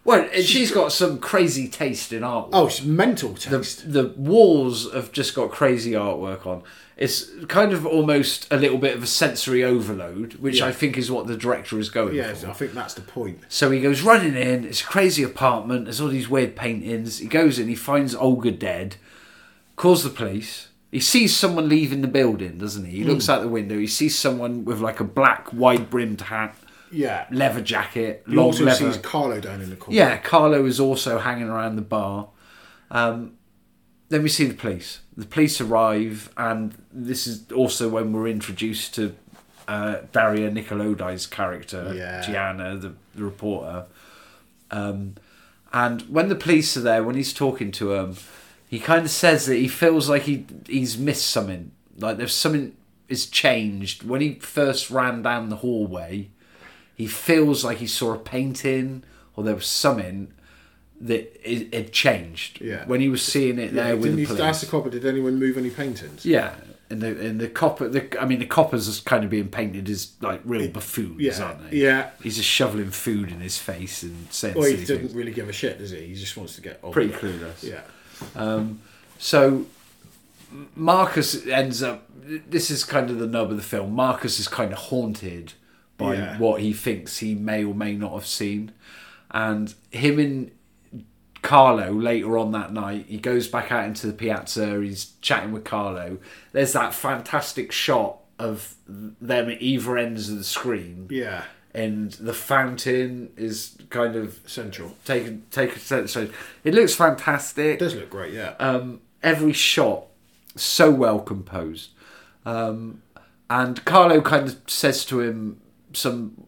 S3: Well, and she's got some crazy taste in artwork.
S2: Oh, it's mental taste.
S3: The walls have just got crazy artwork on. It's kind of almost a little bit of a sensory overload, which
S2: Yeah.
S3: I think is what the director is going
S2: yeah,
S3: for.
S2: I think that's the point.
S3: So he goes running in. It's a crazy apartment. There's all these weird paintings. He goes in. He finds Olga dead. Calls the police. He sees someone leaving the building, doesn't he? He looks
S2: Hmm.
S3: out the window. He sees someone with like a black, wide-brimmed hat,
S2: Yeah,
S3: leather jacket,
S2: he
S3: long
S2: also
S3: leather.
S2: sees Carlo down in the corner.
S3: yeah, Carlo is also hanging around the bar. Um, then we see the police. The police arrive, and this is also when we're introduced to uh, Daria Nicolodi's character,
S2: Yeah.
S3: Gianna, the, the reporter. Um, and when the police are there, when he's talking to him, he kind of says that he feels like he he's missed something. Like there's something is changed. When he first ran down the hallway, he feels like he saw a painting or there was something that it, it changed.
S2: Yeah.
S3: When he was seeing it
S2: Yeah,
S3: there with
S2: didn't
S3: the
S2: you
S3: police.
S2: ask the copper? Did anyone move any paintings?
S3: Yeah, and the and the copper, the I mean the coppers is kind of being painted as like real buffoons,
S2: yeah,
S3: aren't they?
S2: yeah.
S3: he's just shoveling food in his face and saying
S2: Well,
S3: silly
S2: he doesn't
S3: things.
S2: really give a shit, does he? He just wants to get on.
S3: Pretty clueless.
S2: Yeah,
S3: So Marcus ends up. This is kind of the nub of the film. Marcus is kind of haunted by
S2: Yeah.
S3: what he thinks he may or may not have seen, and him and Carlo later on that night, he goes back out into the piazza. He's chatting with Carlo. There's that fantastic shot of them at either ends of the screen,
S2: yeah,
S3: and the fountain is kind of
S2: central.
S3: taken taken. So it looks fantastic
S2: It does look great. Yeah,
S3: um, every shot so well composed. Um, and Carlo kind of says to him some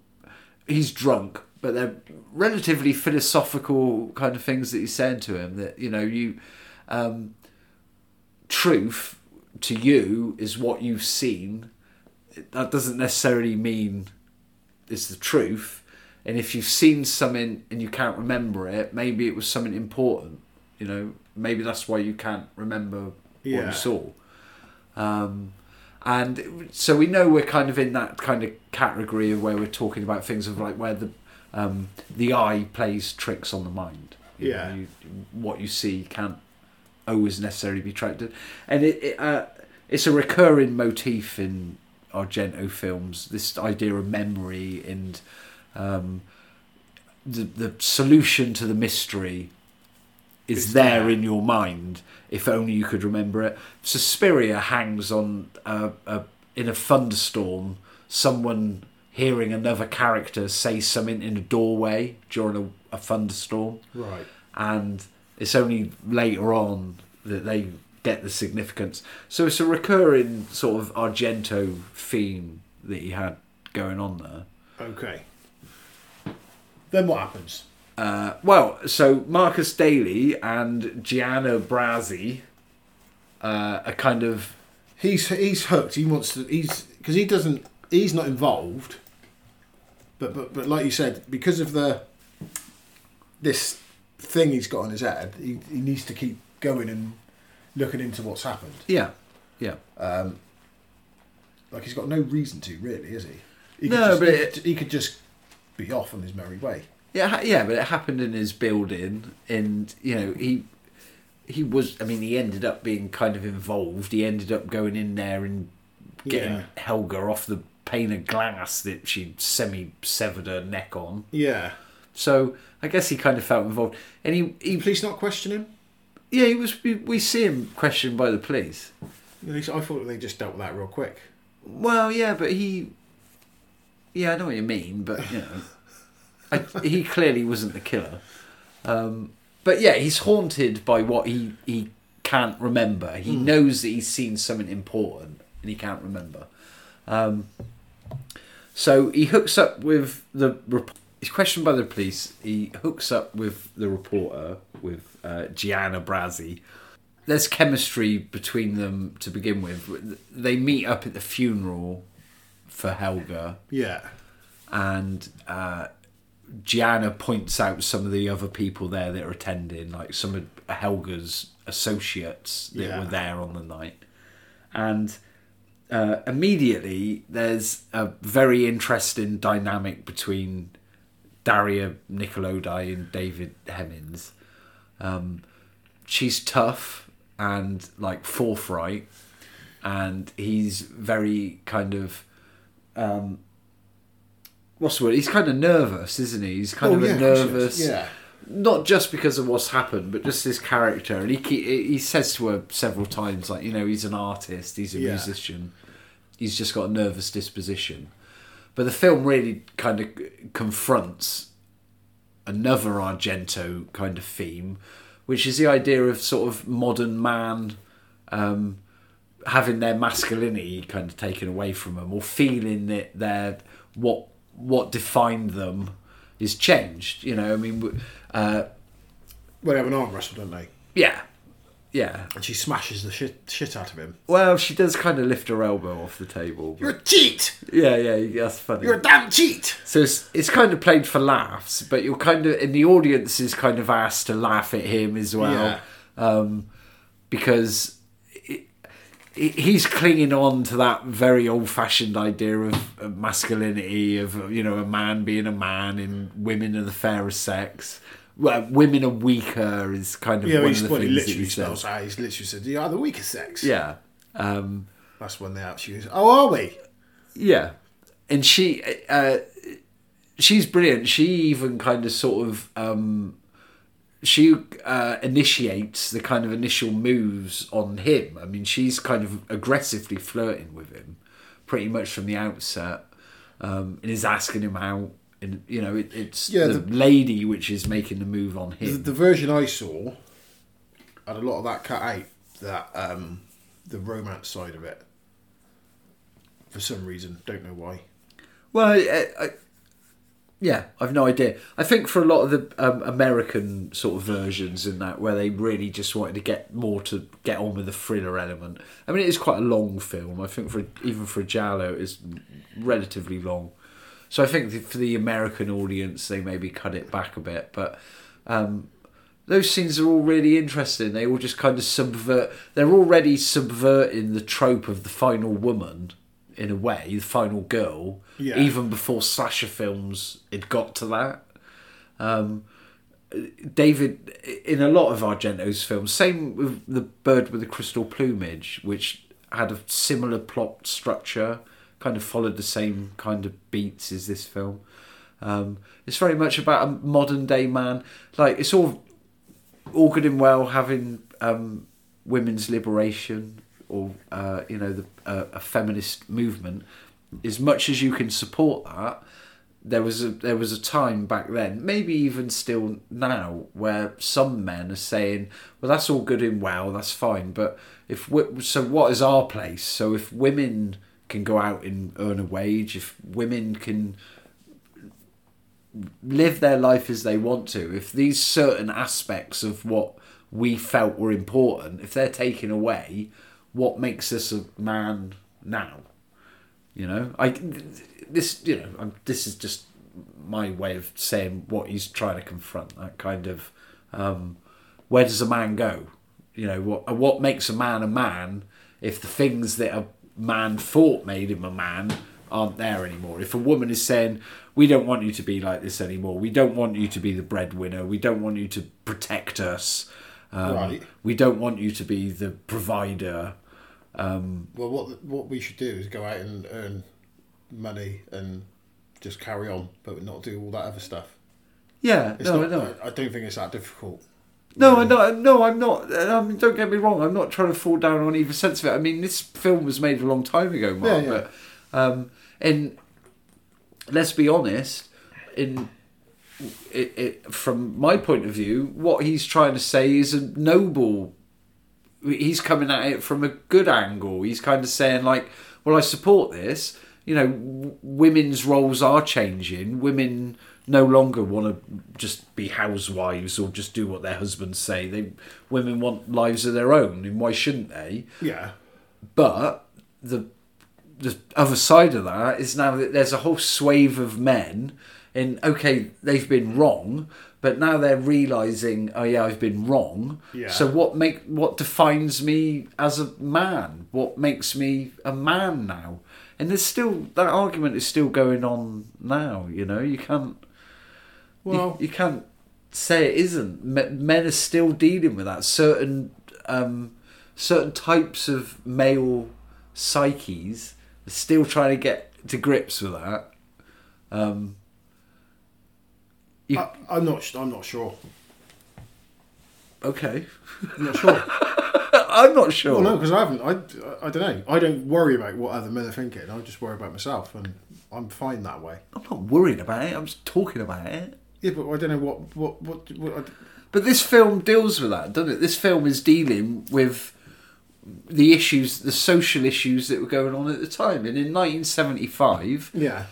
S3: he's drunk, but they're relatively philosophical kind of things that he's saying to him that you know you um, truth to you is what you've seen. That doesn't necessarily mean it's the truth. And if you've seen something and you can't remember it, maybe it was something important. You know, maybe that's why you can't remember what
S2: Yeah.
S3: you saw. Um, and so we know we're kind of in that kind of category of where we're talking about things of like where the um, the eye plays tricks on the mind. You know,
S2: Yeah.
S3: you, what you see can't always necessarily be tracked. And it, it uh, it's a recurring motif in Argento films. This idea of memory and um, the the solution to the mystery is
S2: It's
S3: there
S2: there.
S3: in your mind. If only you could remember it. Suspiria hangs on a, a in a thunderstorm. Someone hearing another character say something in a doorway during a, a thunderstorm
S2: right.
S3: and it's only later on that they get the significance. So it's a recurring sort of Argento theme that he had going on there.
S2: Okay. Then what happens?
S3: Uh, well, so Marcus Daly and Gianna Brazzi uh, are kind of
S2: He's he's hooked. He wants to. He's because he doesn't. He's not involved. But but but like you said, because of the this thing he's got on his head, he, he needs to keep going and looking into what's happened.
S3: yeah, yeah.
S2: Like he's got no reason to really, is he? he could
S3: No,
S2: just,
S3: but
S2: he,
S3: it-
S2: could- he could just be off on his merry way.
S3: Yeah, ha- yeah, but it happened in his building, and you know he he was. I mean, he ended up being kind of involved. He ended up going in there and getting
S2: Yeah.
S3: Helga off the pane of glass that she semi severed her neck on.
S2: Yeah.
S3: So I guess he kind of felt involved, and he, he
S2: Police not question him.
S3: yeah, he was. We, we see him questioned by the police.
S2: At least I thought they just dealt with that real quick.
S3: Well, yeah, but he, yeah, I know what you mean, but you know, I, he clearly wasn't the killer. Um, but yeah, he's haunted by what he he can't remember. He knows that he's seen something important and he can't remember. Um, so he hooks up with the rep- he's questioned by the police. He hooks up with the reporter, with uh, Gianna Brazzi. There's chemistry between them to begin with. They meet up at the funeral for Helga,
S2: Yeah.
S3: and uh, Gianna points out some of the other people there that are attending, like some of Helga's associates that
S2: Yeah.
S3: were there on the night. And uh, immediately, there's a very interesting dynamic between Daria Nicolodi and David Hemmings. Um, she's tough and like forthright, and he's very kind of um, what's the word? He's kind of nervous, isn't he? He's kind
S2: Oh,
S3: of
S2: yeah,
S3: a
S2: of course he is.
S3: nervous,
S2: Yeah.
S3: Not just because of what's happened, but just his character. And he ke- he says to her several times, like you know, he's an artist, he's a
S2: Yeah.
S3: musician, he's just got a nervous disposition. But the film really kind of confronts another Argento kind of theme, which is the idea of sort of modern man um, having their masculinity kind of taken away from them, or feeling that their what what defined them is changed. You know, I mean, w- uh,
S2: Well, they have an arm wrestle, don't they?
S3: yeah, yeah.
S2: And she smashes the shit, shit out of him.
S3: Well, she does kind of lift her elbow off the table.
S2: You're
S3: But
S2: a cheat!
S3: yeah, yeah, that's funny.
S2: You're a damn cheat!
S3: So it's, it's kind of played for laughs, but you're kind of and the audience is kind of asked to laugh at him as well, um, because it, it, he's clinging on to that very old-fashioned idea of, of masculinity, of you know a man being a man and women are the fairer sex. Well, women are weaker is kind of
S2: Yeah, well,
S3: one of
S2: he's,
S3: the
S2: well, he
S3: things that
S2: literally
S3: he
S2: spells
S3: says.
S2: out. He's literally said, You are the weaker sex.
S3: Yeah. Um,
S2: That's when they actually goes, Oh, are we?
S3: Yeah, and she, uh, she's brilliant. She even kind of sort of, um, she uh, initiates the kind of initial moves on him. I mean, she's kind of aggressively flirting with him, pretty much from the outset, um, and is asking him out. And you know, it, it's
S2: Yeah,
S3: the, lady which is making the move on
S2: The,
S3: him.
S2: the version I saw had a lot of that cut out, that um, the romance side of it. For some reason, don't know why.
S3: Well, I, I, yeah, I've no idea. I think for a lot of the um, American sort of versions in that, where they really just wanted to get more to get on with the thriller element. I mean, it is quite a long film. I think for even for a Jallo, it's relatively long. So I think for the American audience, they maybe cut it back a bit. But um, those scenes are all really interesting. They all just kind of subvert. They're already subverting the trope of the final woman in a way, the final girl,
S2: Yeah.
S3: even before slasher films had got to that. Um, David, in a lot of Argento's films, same with The Bird with the Crystal Plumage, which had a similar plot structure, kind of followed the same kind of beats as this film. Um, it's very much about a modern day man. Like, it's all, all good and well having um, women's liberation or, uh, you know, the, uh, a feminist movement. As much as you can support that, there was a there was a time back then, maybe even still now, where some men are saying, "Well, that's all good and well, that's fine, but if we, so, what is our place? So if women can go out and earn a wage, if women can live their life as they want to, if these certain aspects of what we felt were important, if they're taken away, what makes us a man now? You know, I this you know I'm, this is just my way of saying what he's trying to confront that kind of um, where does a man go? You know what uh, what makes a man a man if the things that a man thought made him a man aren't there anymore? If a woman is saying we don't want you to be like this anymore, we don't want you to be the breadwinner, we don't want you to protect us, um,
S2: Right.
S3: we don't want you to be the provider.
S2: Well, what what we should do is go out and earn money and just carry on, but not do all that other stuff.
S3: Yeah,
S2: It's
S3: no,
S2: not,
S3: no.
S2: I, I don't think it's that difficult.
S3: No, I no, no, I'm not. uh, I mean, don't get me wrong. I'm not trying to fall down on either sense of it. I mean, this film was made a long time ago, Mark.
S2: Yeah, yeah.
S3: But, um, and let's be honest, in it, it, from my point of view, what he's trying to say is a noble. He's coming at it from a good angle. He's kind of saying like, "Well, I support this. You know, w- women's roles are changing. Women no longer want to just be housewives or just do what their husbands say. They women want lives of their own, and why shouldn't they?
S2: Yeah.
S3: But the the other side of that is now that there's a whole swathe of men, and okay, they've been wrong, but now they're realizing, oh yeah, I've been wrong.
S2: Yeah.
S3: So what make what defines me as a man? What makes me a man now? And there's still that argument is still going on now. You know, you can't you-
S2: Well,
S3: you, can't say it isn't. Me- Men are still dealing with that. Certain um, certain types of male psyches are still trying to get to grips with that. Um, you-
S2: I, I'm not. s- I'm not sure.
S3: okay,
S2: I'm not sure.
S3: I'm not sure.
S2: Well, no, because I haven't. I, I don't know. I don't worry about what other men are thinking. I just worry about myself, and I'm fine that way.
S3: I'm not worried about it. I'm just talking about it.
S2: Yeah, but I don't know what what what. what I,
S3: But this film deals with that, doesn't it? This film is dealing with the issues, the social issues that were going on at the time. And in 1975,
S2: yeah,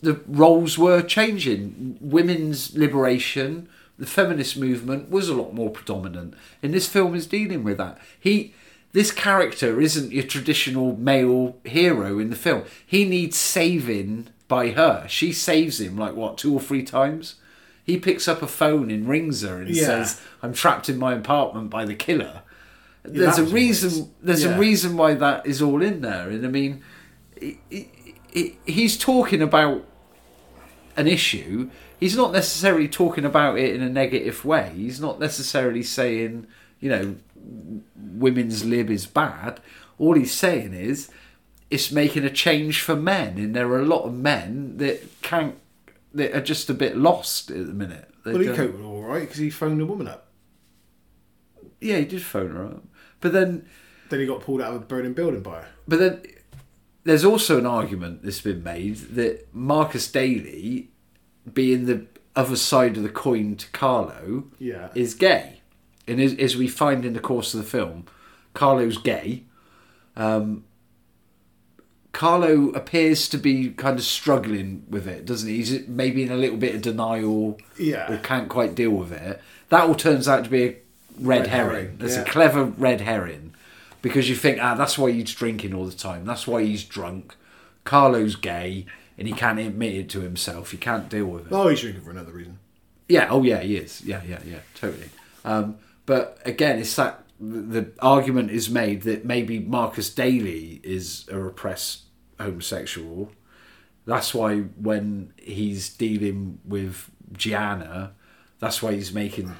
S3: the roles were changing. Women's liberation, the feminist movement was a lot more predominant, and this film is dealing with that. He, this character isn't your traditional male hero in the film. He needs saving by her. She saves him like what two or three times. He picks up a phone and rings her and
S2: Yeah.
S3: says, "I'm trapped in my apartment by the killer." There's
S2: that
S3: a
S2: was
S3: reason.
S2: weird.
S3: There's a
S2: Yeah.
S3: reason why that is all in there, and I mean, it, it, it, he's talking about an issue, he's not necessarily talking about it in a negative way. He's not necessarily saying, you know, women's lib is bad. All he's saying is it's making a change for men, and there are a lot of men that can't, that are just a bit lost at the minute. They
S2: well, he
S3: don't-
S2: coped with it all right because he phoned a woman up.
S3: yeah, he did phone her up, but then
S2: Then he got pulled out of a burning building by her.
S3: But then there's also an argument that's been made that Marcus Daly, being the other side of the coin to Carlo,
S2: Yeah.
S3: is gay. And as, as we find in the course of the film, Carlo's gay. Um, Carlo appears to be kind of struggling with it, doesn't he? He's maybe in a little bit of denial
S2: Yeah.
S3: or can't quite deal with it. That all turns out to be a red,
S2: Red
S3: herring.
S2: herring,
S3: That's a
S2: yeah.
S3: clever red herring because you think, ah, that's why he's drinking all the time. That's why he's drunk. Carlo's gay and he can't admit it to himself. He can't deal with it.
S2: Oh, he's drinking for another reason.
S3: Yeah. Oh, yeah. He is. Yeah. Yeah. Yeah. Totally. Um, but again, it's that the argument is made that maybe Marcus Daly is a repressed homosexual. That's why when he's dealing with Gianna, that's why he's making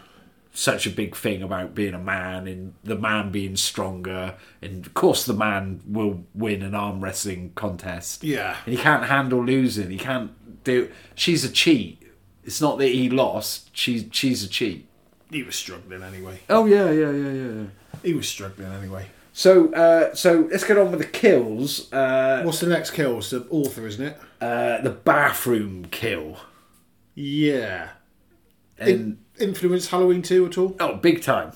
S3: such a big thing about being a man and the man being stronger. And of course, the man will win an arm wrestling contest.
S2: Yeah.
S3: And he can't handle losing. He can't do. She's a cheat. It's not that he lost. She's she's a cheat.
S2: He was struggling anyway.
S3: Oh yeah, yeah, yeah, yeah. yeah.
S2: He was struggling anyway.
S3: So uh, so let's get on with the kills. Uh,
S2: What's the next kill? It's the author, isn't it?
S3: uh, the bathroom kill
S2: Yeah.
S3: and
S2: In- influence Halloween 2 at all?
S3: oh, big time.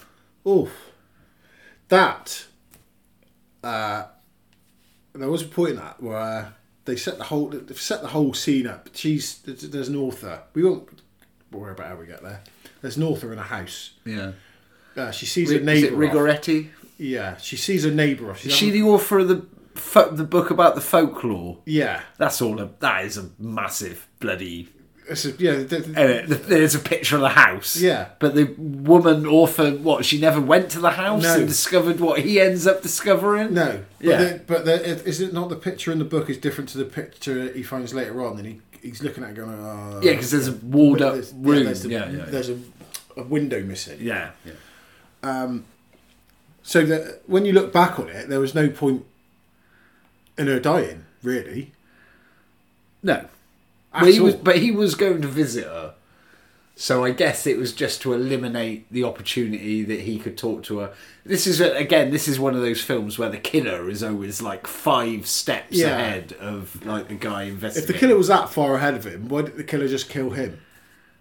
S2: Oh, that. Uh, there was a point in that where they set the whole they've set the whole scene up. She's there's there's an author. We won't worry about how we get there. There's an author in a house.
S3: Yeah.
S2: Uh, she sees a
S3: Is it
S2: neighbour. off.
S3: Rigoretti?
S2: Yeah, she sees a neighbour. off. She's
S3: Is she
S2: having-
S3: the author of the fo- the book about the folklore?
S2: yeah.
S3: That's all. A, that is a massive bloody.
S2: This is- yeah. th- th-
S3: Uh, there's a picture of the house.
S2: Yeah.
S3: But the woman author, what? She never went to the house
S2: No.
S3: and discovered what he ends up discovering.
S2: no. But
S3: Yeah.
S2: The, but the, it- is it not the picture in the book is different to the picture he finds later on? And he he's looking at it going, oh,
S3: Yeah, because there's a walled up
S2: there's-
S3: room. Yeah,
S2: there's, the-
S3: yeah, yeah,
S2: there's a, a window missing.
S3: yeah, yeah.
S2: So that when you look back on it, there was no point in her dying, really.
S3: No,
S2: At
S3: but he was,
S2: all.
S3: but he was going to visit her, so I guess it was just to eliminate the opportunity that he could talk to her. This is again, this is one of those films where the killer is always like five steps
S2: Yeah.
S3: ahead of like the guy
S2: If
S3: investigating.
S2: the killer was that far ahead of him, why didn't the killer just kill him?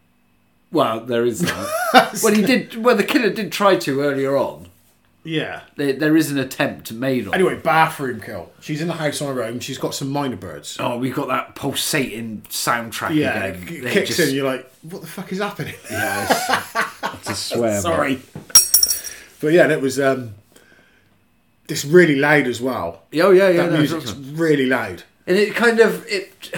S3: well, there is that. well, he did. Well, the killer did try to earlier on.
S2: Yeah.
S3: There, there is an attempt made on. it.
S2: Anyway, bathroom kill. She's in the house on her own. She's got some minor birds.
S3: Oh, we've got that pulsating soundtrack
S2: yeah,
S3: again.
S2: it
S3: They
S2: kicks
S3: just-
S2: in. You're like, what the fuck is happening?
S3: Yeah, it's- it's a swear.
S2: Sorry. But yeah, that was um, it's really loud as well.
S3: but- Oh yeah, yeah.
S2: that
S3: no, it's
S2: music's
S3: awesome.
S2: really loud.
S3: and it kind of it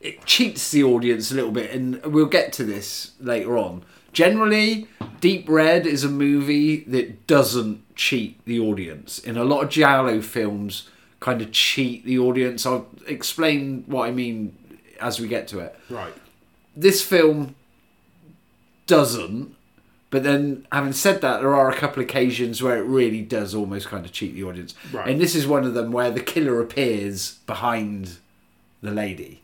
S3: it cheats the audience a little bit and we'll get to this later on generally deep red is a movie that doesn't cheat the audience in a lot of giallo films kind of cheat the audience i'll explain what i mean as we get to it
S2: Right.
S3: this film doesn't but then having said that there are a couple of occasions where it really does almost kind of cheat the audience
S2: Right.
S3: and this is one of them where the killer appears behind the lady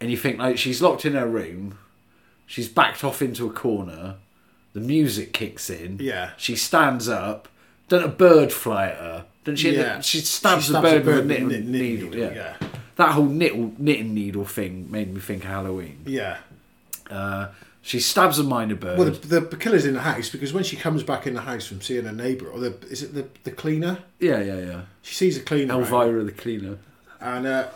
S3: and you think like she's locked in her room she's backed off into a corner the music kicks in
S2: Yeah.
S3: she stands up doesn't a bird fly at her doesn't she
S2: Yeah.
S3: she stabs,
S2: She
S3: the
S2: stabs
S3: bird,
S2: a
S3: with a knitting, needle, yeah.
S2: yeah.
S3: that whole knitting, knitting needle thing made me think of halloween
S2: Yeah.
S3: uh, she stabs a minor bird.
S2: Well, the, the killer's in the house because when she comes back in the house from seeing her neighbour, or the is it the, the cleaner?
S3: yeah, yeah, yeah.
S2: She sees a cleaner, right?
S3: Elvira the cleaner.
S2: and uh,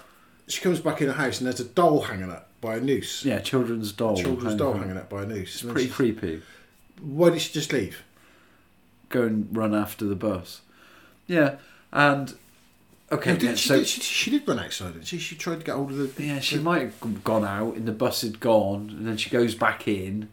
S2: she comes back in the house and there's a doll hanging up by a noose.
S3: Yeah, children's doll.
S2: Children's
S3: hanging
S2: doll
S3: from-
S2: hanging up by a noose. And then
S3: Pretty
S2: she-
S3: creepy.
S2: Why did she just leave?
S3: Go and run after the bus. Yeah, and okay.
S2: No,
S3: yeah,
S2: did, she,
S3: so
S2: did, she, she did run outside, didn't she? She tried to get hold of the.
S3: yeah, she
S2: the-
S3: might have g- gone out, and the bus had gone, and then she goes back in,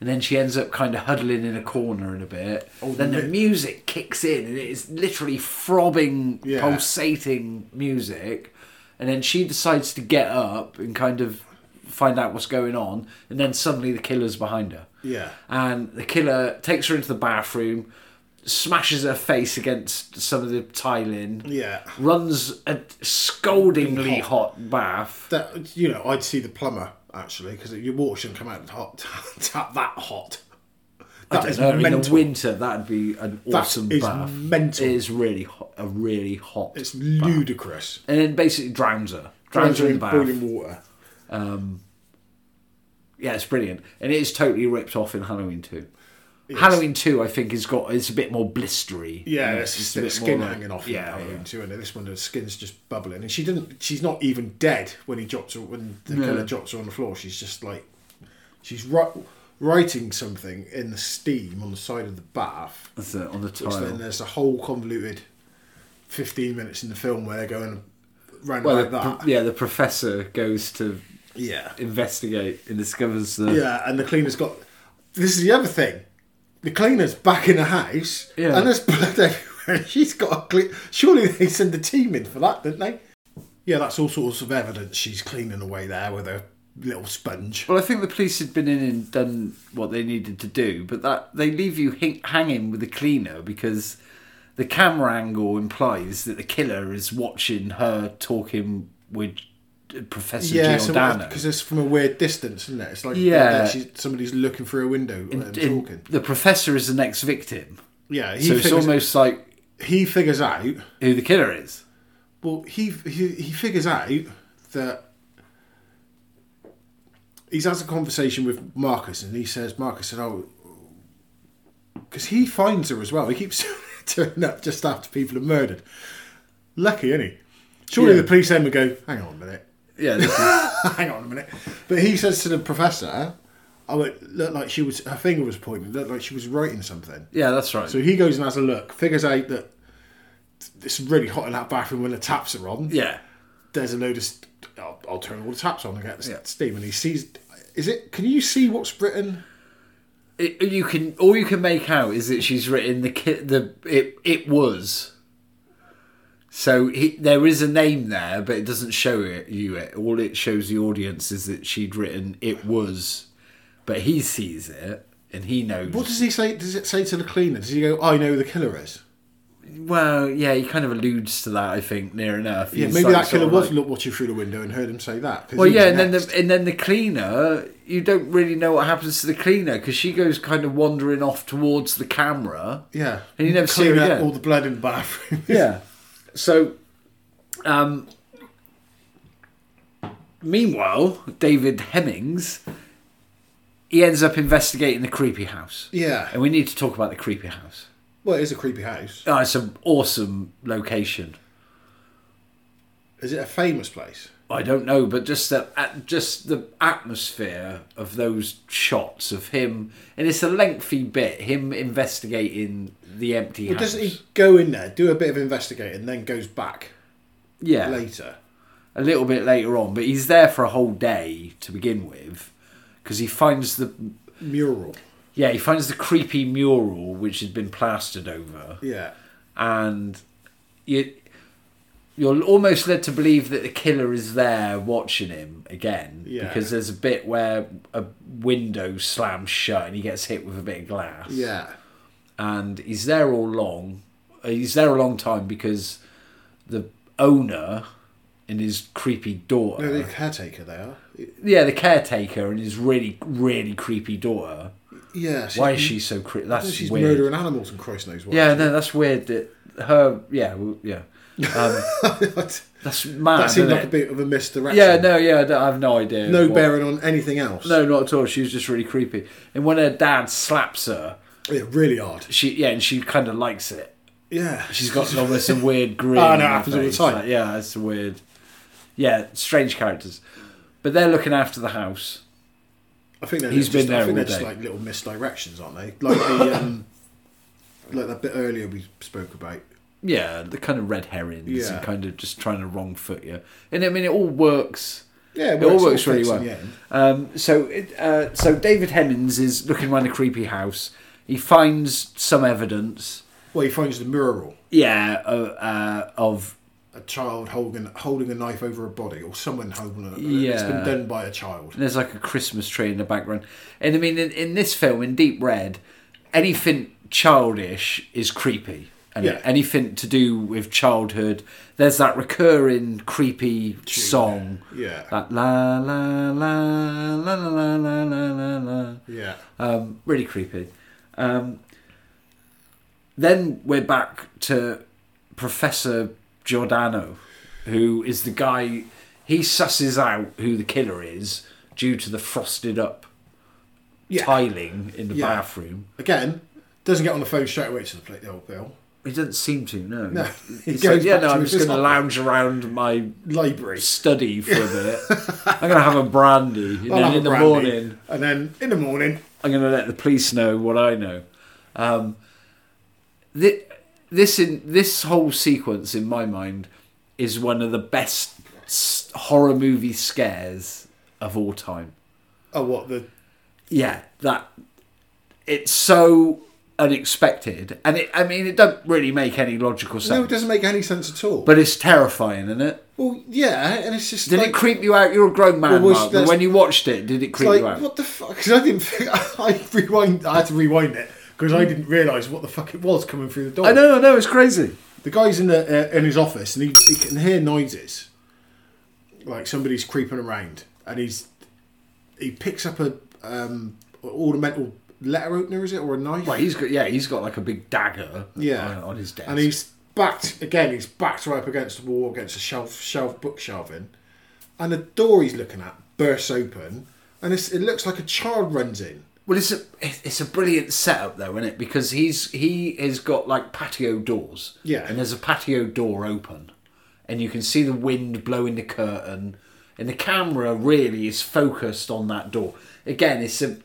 S3: and then she ends up kind of huddling in a corner in a bit.
S2: Oh,
S3: then the
S2: mi-
S3: music kicks in, and it is literally throbbing,
S2: Yeah.
S3: pulsating music. And then she decides to get up and kind of find out what's going on, and then suddenly the killer's behind her.
S2: Yeah.
S3: And the killer takes her into the bathroom, smashes her face against some of the tiling
S2: Yeah.
S3: runs a scaldingly hot, bath.
S2: That you know, I'd see the plumber actually because your water shouldn't come out hot, tap that hot. That is
S3: No, uh, in the
S2: mental.
S3: winter, that'd be an awesome
S2: is
S3: bath.
S2: mental.
S3: It is really hot, a really hot.
S2: It's ludicrous.
S3: and then basically drowns her.
S2: Drowns
S3: Drowns, her
S2: her
S3: in the
S2: in
S3: bath.
S2: boiling water.
S3: Yeah, it's brilliant, and it is totally ripped off in Halloween two. Halloween two, I think, has got it's a bit more blistery.
S2: Yeah,
S3: You know,
S2: it's just
S3: a
S2: the
S3: bit
S2: skin
S3: more like-
S2: hanging off.
S3: Yeah,
S2: Yeah,
S3: yeah.
S2: too, and this one the skin's just bubbling, and she didn't. She's not even dead when he drops her. When the killer drops her on the floor, she's just like, she's ri- writing something in the steam on the side of the bath.
S3: That's it, uh, on the
S2: Which then
S3: tile.
S2: there's a whole convoluted fifteen minutes in the film where they're going round
S3: Well,
S2: like
S3: the,
S2: that.
S3: pro- yeah, the professor goes to
S2: yeah,
S3: investigate and discovers the
S2: Yeah, and the cleaner's got. This is the other thing. The cleaner's back in the house,
S3: Yeah.
S2: and there's blood everywhere. She's got a clean. Surely they send a team in for that, didn't they? Yeah, that's all sorts of evidence she's cleaning away there with a little sponge.
S3: Well, I think the police had been in and done what they needed to do, but that they leave you hing- hanging with the cleaner because the camera angle implies that the killer is watching her talking with Professor
S2: Yeah,
S3: Giordano.
S2: because it's from a weird distance, isn't it? It's like
S3: Yeah.
S2: yeah, she's, somebody's looking through a window and
S3: And
S2: talking.
S3: the professor is the next victim,
S2: Yeah, he
S3: so it's
S2: figures,
S3: almost like
S2: he figures out.
S3: who the killer is.
S2: Well, he he, he figures out that he's has a conversation with Marcus, and he says, Marcus said, "Oh, because he finds her as well. He keeps turning up just after people are murdered. Lucky, isn't he? Surely
S3: Yeah.
S2: the police then would go, hang on a minute,
S3: Yeah, this is-
S2: hang on a minute. But he says to the professor, "Oh, it looked like she was her finger was pointing. It looked like she was writing something."
S3: yeah, that's right.
S2: So he goes and has a look, figures out that it's really hot in that bathroom when the taps are on
S3: yeah,
S2: there's a load of. St- I'll, I'll turn all the taps on and get the
S3: Yeah.
S2: steam. And he sees. Is it? Can you see what's written?
S3: it, you can all you can make out is that she's written the ki- the it it was. So he, there is a name there, but it doesn't show it you it. All it shows the audience is that she'd written it was, but he sees it and he knows.
S2: What does he say? Does it say to the cleaner? Does he go? I know who the killer is.
S3: well, yeah, he kind of alludes to that. I think near enough.
S2: Yeah,
S3: He's
S2: maybe
S3: like
S2: that
S3: sort
S2: killer
S3: of
S2: was
S3: like-
S2: look watching through the window and heard him say that. 'cause
S3: Well,
S2: he was
S3: yeah, and then
S2: next.
S3: the and then the cleaner. You don't really know what happens to the cleaner because she goes kind of wandering off towards the camera.
S2: yeah,
S3: and you never see her
S2: clearing up
S3: again.
S2: all the blood in the bathroom.
S3: yeah. So, um, meanwhile, David Hemmings he ends up investigating the creepy house.
S2: Yeah.
S3: And we need to talk about the creepy house.
S2: Well, it is a creepy house.
S3: Oh, it's an awesome location.
S2: Is it a famous place?
S3: I don't know, but just the at- just the atmosphere of those shots of him, and it's a lengthy bit. Him investigating the empty
S2: But
S3: house.
S2: doesn't he go in there, do a bit of investigating, then goes back
S3: yeah,
S2: later?
S3: a little bit later on, but he's there for a whole day to begin with, because he finds the
S2: Mural.
S3: yeah he finds the creepy mural which had been plastered over.
S2: Yeah.
S3: and you you're almost led to believe that the killer is there watching him again
S2: Yeah.
S3: because there's a bit where a window slams shut and he gets hit with a bit of glass
S2: Yeah.
S3: and he's there all long uh, he's there a long time because the owner and his creepy daughter
S2: No, the caretaker they are.
S3: yeah the caretaker and his really really creepy daughter
S2: Yeah. she's-
S3: why is she so creepy that's
S2: She's
S3: weird
S2: murdering animals and Christ knows what.
S3: yeah no that's weird that her yeah well, yeah um,
S2: that
S3: That's mad.
S2: seemed
S3: isn't
S2: like a
S3: it?
S2: bit of a misdirection.
S3: Ah, Yeah, no, yeah, I, don't- I have no idea.
S2: No
S3: what-
S2: bearing on anything else.
S3: No, not at all. She was just really creepy. And when her dad slaps her,
S2: Yeah, really odd.
S3: she yeah, and she kind of likes it.
S2: Yeah.
S3: She's got almost a weird grin.
S2: Oh, no,
S3: on her
S2: it happens all the
S3: face.
S2: time.
S3: Like, yeah, it's weird. Yeah, strange characters. But they're looking after the house.
S2: I think they're
S3: He's
S2: just,
S3: been there
S2: I think
S3: all
S2: they're just
S3: day.
S2: like little misdirections, aren't they? Like the um, like that bit earlier we spoke about.
S3: Yeah, the kind of red herrings
S2: Yeah.
S3: and kind of just trying to wrong foot you. And I mean, it all works.
S2: Yeah,
S3: It all
S2: all
S3: works really
S2: fits in
S3: well.
S2: the end.
S3: Um, so, it, uh, so David Hemmings is looking around a creepy house. He finds some evidence,
S2: Well, he finds the mural,
S3: yeah, uh, uh, of
S2: a child holding holding a knife over a body, or someone holding a. It's
S3: Yeah.
S2: been done by a child.
S3: there's like a Christmas tree in the background, and I mean, in, in this film, in Deep Red, anything childish is creepy, and
S2: Yeah.
S3: anything to do with childhood, there's that recurring creepy song,
S2: Yeah.
S3: that la la la la la la la la la.
S2: Yeah.
S3: Um, really creepy. Um, then we're back to Professor Giordano, who is the guy. He susses out who the killer is due to the frosted up
S2: Yeah.
S3: tiling in the
S2: Yeah.
S3: bathroom.
S2: Again, doesn't get on the phone straight away to the plate, old Bill.
S3: He doesn't seem to, no.
S2: No, he
S3: He's
S2: goes
S3: like, yeah,
S2: back
S3: no,
S2: to
S3: I'm
S2: his
S3: just going to
S2: office."
S3: lounge around my
S2: Library.
S3: study for a minute. I'm going to have a brandy. And
S2: I'll
S3: then
S2: have
S3: in
S2: a
S3: the
S2: brandy,
S3: morning,
S2: And then in the morning,
S3: I'm going to let the police know what I know. Um, thi- this in this whole sequence, in my mind, is one of the best s- horror movie scares of all time.
S2: oh, what the.
S3: Yeah, that it's so unexpected, and it, I mean, it don't really make any logical sense.
S2: No, it doesn't make any sense at all.
S3: But it's terrifying, isn't it?
S2: well, yeah, and it's just
S3: Did
S2: like,
S3: it creep you out? You're a grown man,
S2: Well, was-
S3: Mark. But
S2: that's-
S3: when you watched it, did it creep
S2: like
S3: you out?
S2: what the fuck? Because I didn't. Think, I rewind. I had to rewind it because I didn't realise what the fuck it was coming through the door.
S3: I know, I know, it's crazy.
S2: The guy's in the uh, in his office and he, he can hear noises, like somebody's creeping around, and he's he picks up a um, ornamental letter opener, is it, or a knife?
S3: Well, he's got yeah, he's got like a big dagger
S2: yeah,
S3: on, on his desk.
S2: and he's backed again. He's backed right up against the wall, against a shelf, shelf bookshelving, and the door he's looking at bursts open, and it's, it looks like a child runs in.
S3: well, it's a it's a brilliant setup though, isn't it? Because he's he has got like patio doors.
S2: Yeah.
S3: and there's a patio door open, and you can see the wind blowing the curtain, and the camera really is focused on that door. Again, it's a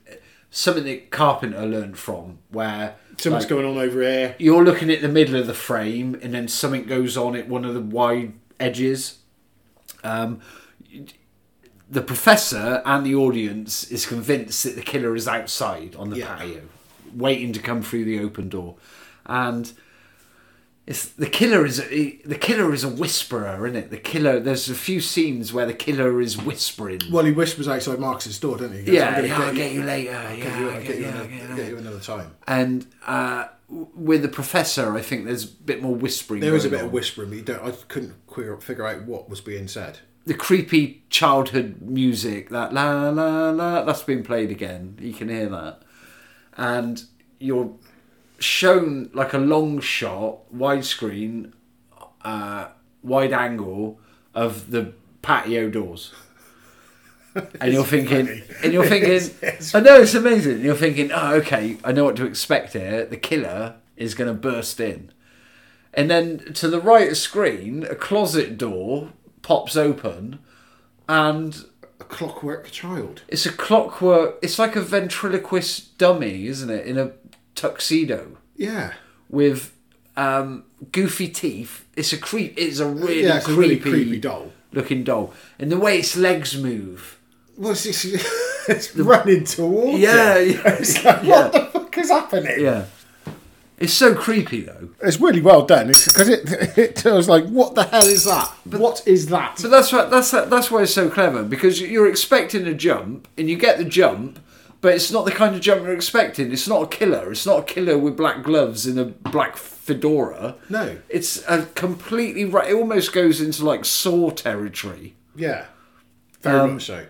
S3: something that Carpenter learned from where
S2: Something's
S3: like,
S2: going on over here.
S3: you're looking at the middle of the frame and then something goes on at one of the wide edges um, the professor and the audience is convinced that the killer is outside on the
S2: Yeah.
S3: patio waiting to come through the open door and it's the killer is a, the killer is a whisperer isn't it the killer there's a few scenes where the killer is whispering
S2: Well, he whispers outside Marcus's door, doesn't he? He goes,
S3: yeah,
S2: "I'm gonna
S3: yeah, I'll get you later.
S2: get
S3: Yeah,
S2: you-
S3: I'll
S2: I'll get you
S3: yeah,
S2: another-
S3: I'll get you
S2: get you another time.
S3: and uh, w- with the professor, I think there's a bit more whispering.
S2: There was a
S3: going
S2: bit of
S3: on.
S2: whispering, but you don't, I couldn't queer, figure out what was being said.
S3: The creepy childhood music, that la la la, that's been played again. You can hear that, and you're shown like a long shot, widescreen, uh, wide angle of the patio doors. and you're thinking,
S2: funny.
S3: and you're thinking, I know it's amazing. And you're thinking, oh, okay, I know what to expect here. The killer is going to burst in, and then to the right of screen, a closet door pops open, and
S2: A clockwork child.
S3: it's a clockwork. It's like a ventriloquist dummy, isn't it? In a tuxedo
S2: Yeah.
S3: with um, goofy teeth. It's a creep. It's a really
S2: yeah, it's a
S3: creepy,
S2: really creepy doll.
S3: looking doll, and the way its legs move.
S2: Well, it's, it's, it's running towards
S3: Yeah,
S2: it.
S3: yeah.
S2: It's like,
S3: Yeah.
S2: what the fuck is happening?
S3: Yeah, it's so creepy though.
S2: It's really well done because it it tells like, what the hell is that? what is that?
S3: But that's why that's that's why it's so clever because you're expecting a jump and you get the jump, but it's not the kind of jump you're expecting. It's not a killer. It's not a killer with black gloves and a black fedora.
S2: No.
S3: it's a completely right. It almost goes into like Saw territory.
S2: yeah, very much so.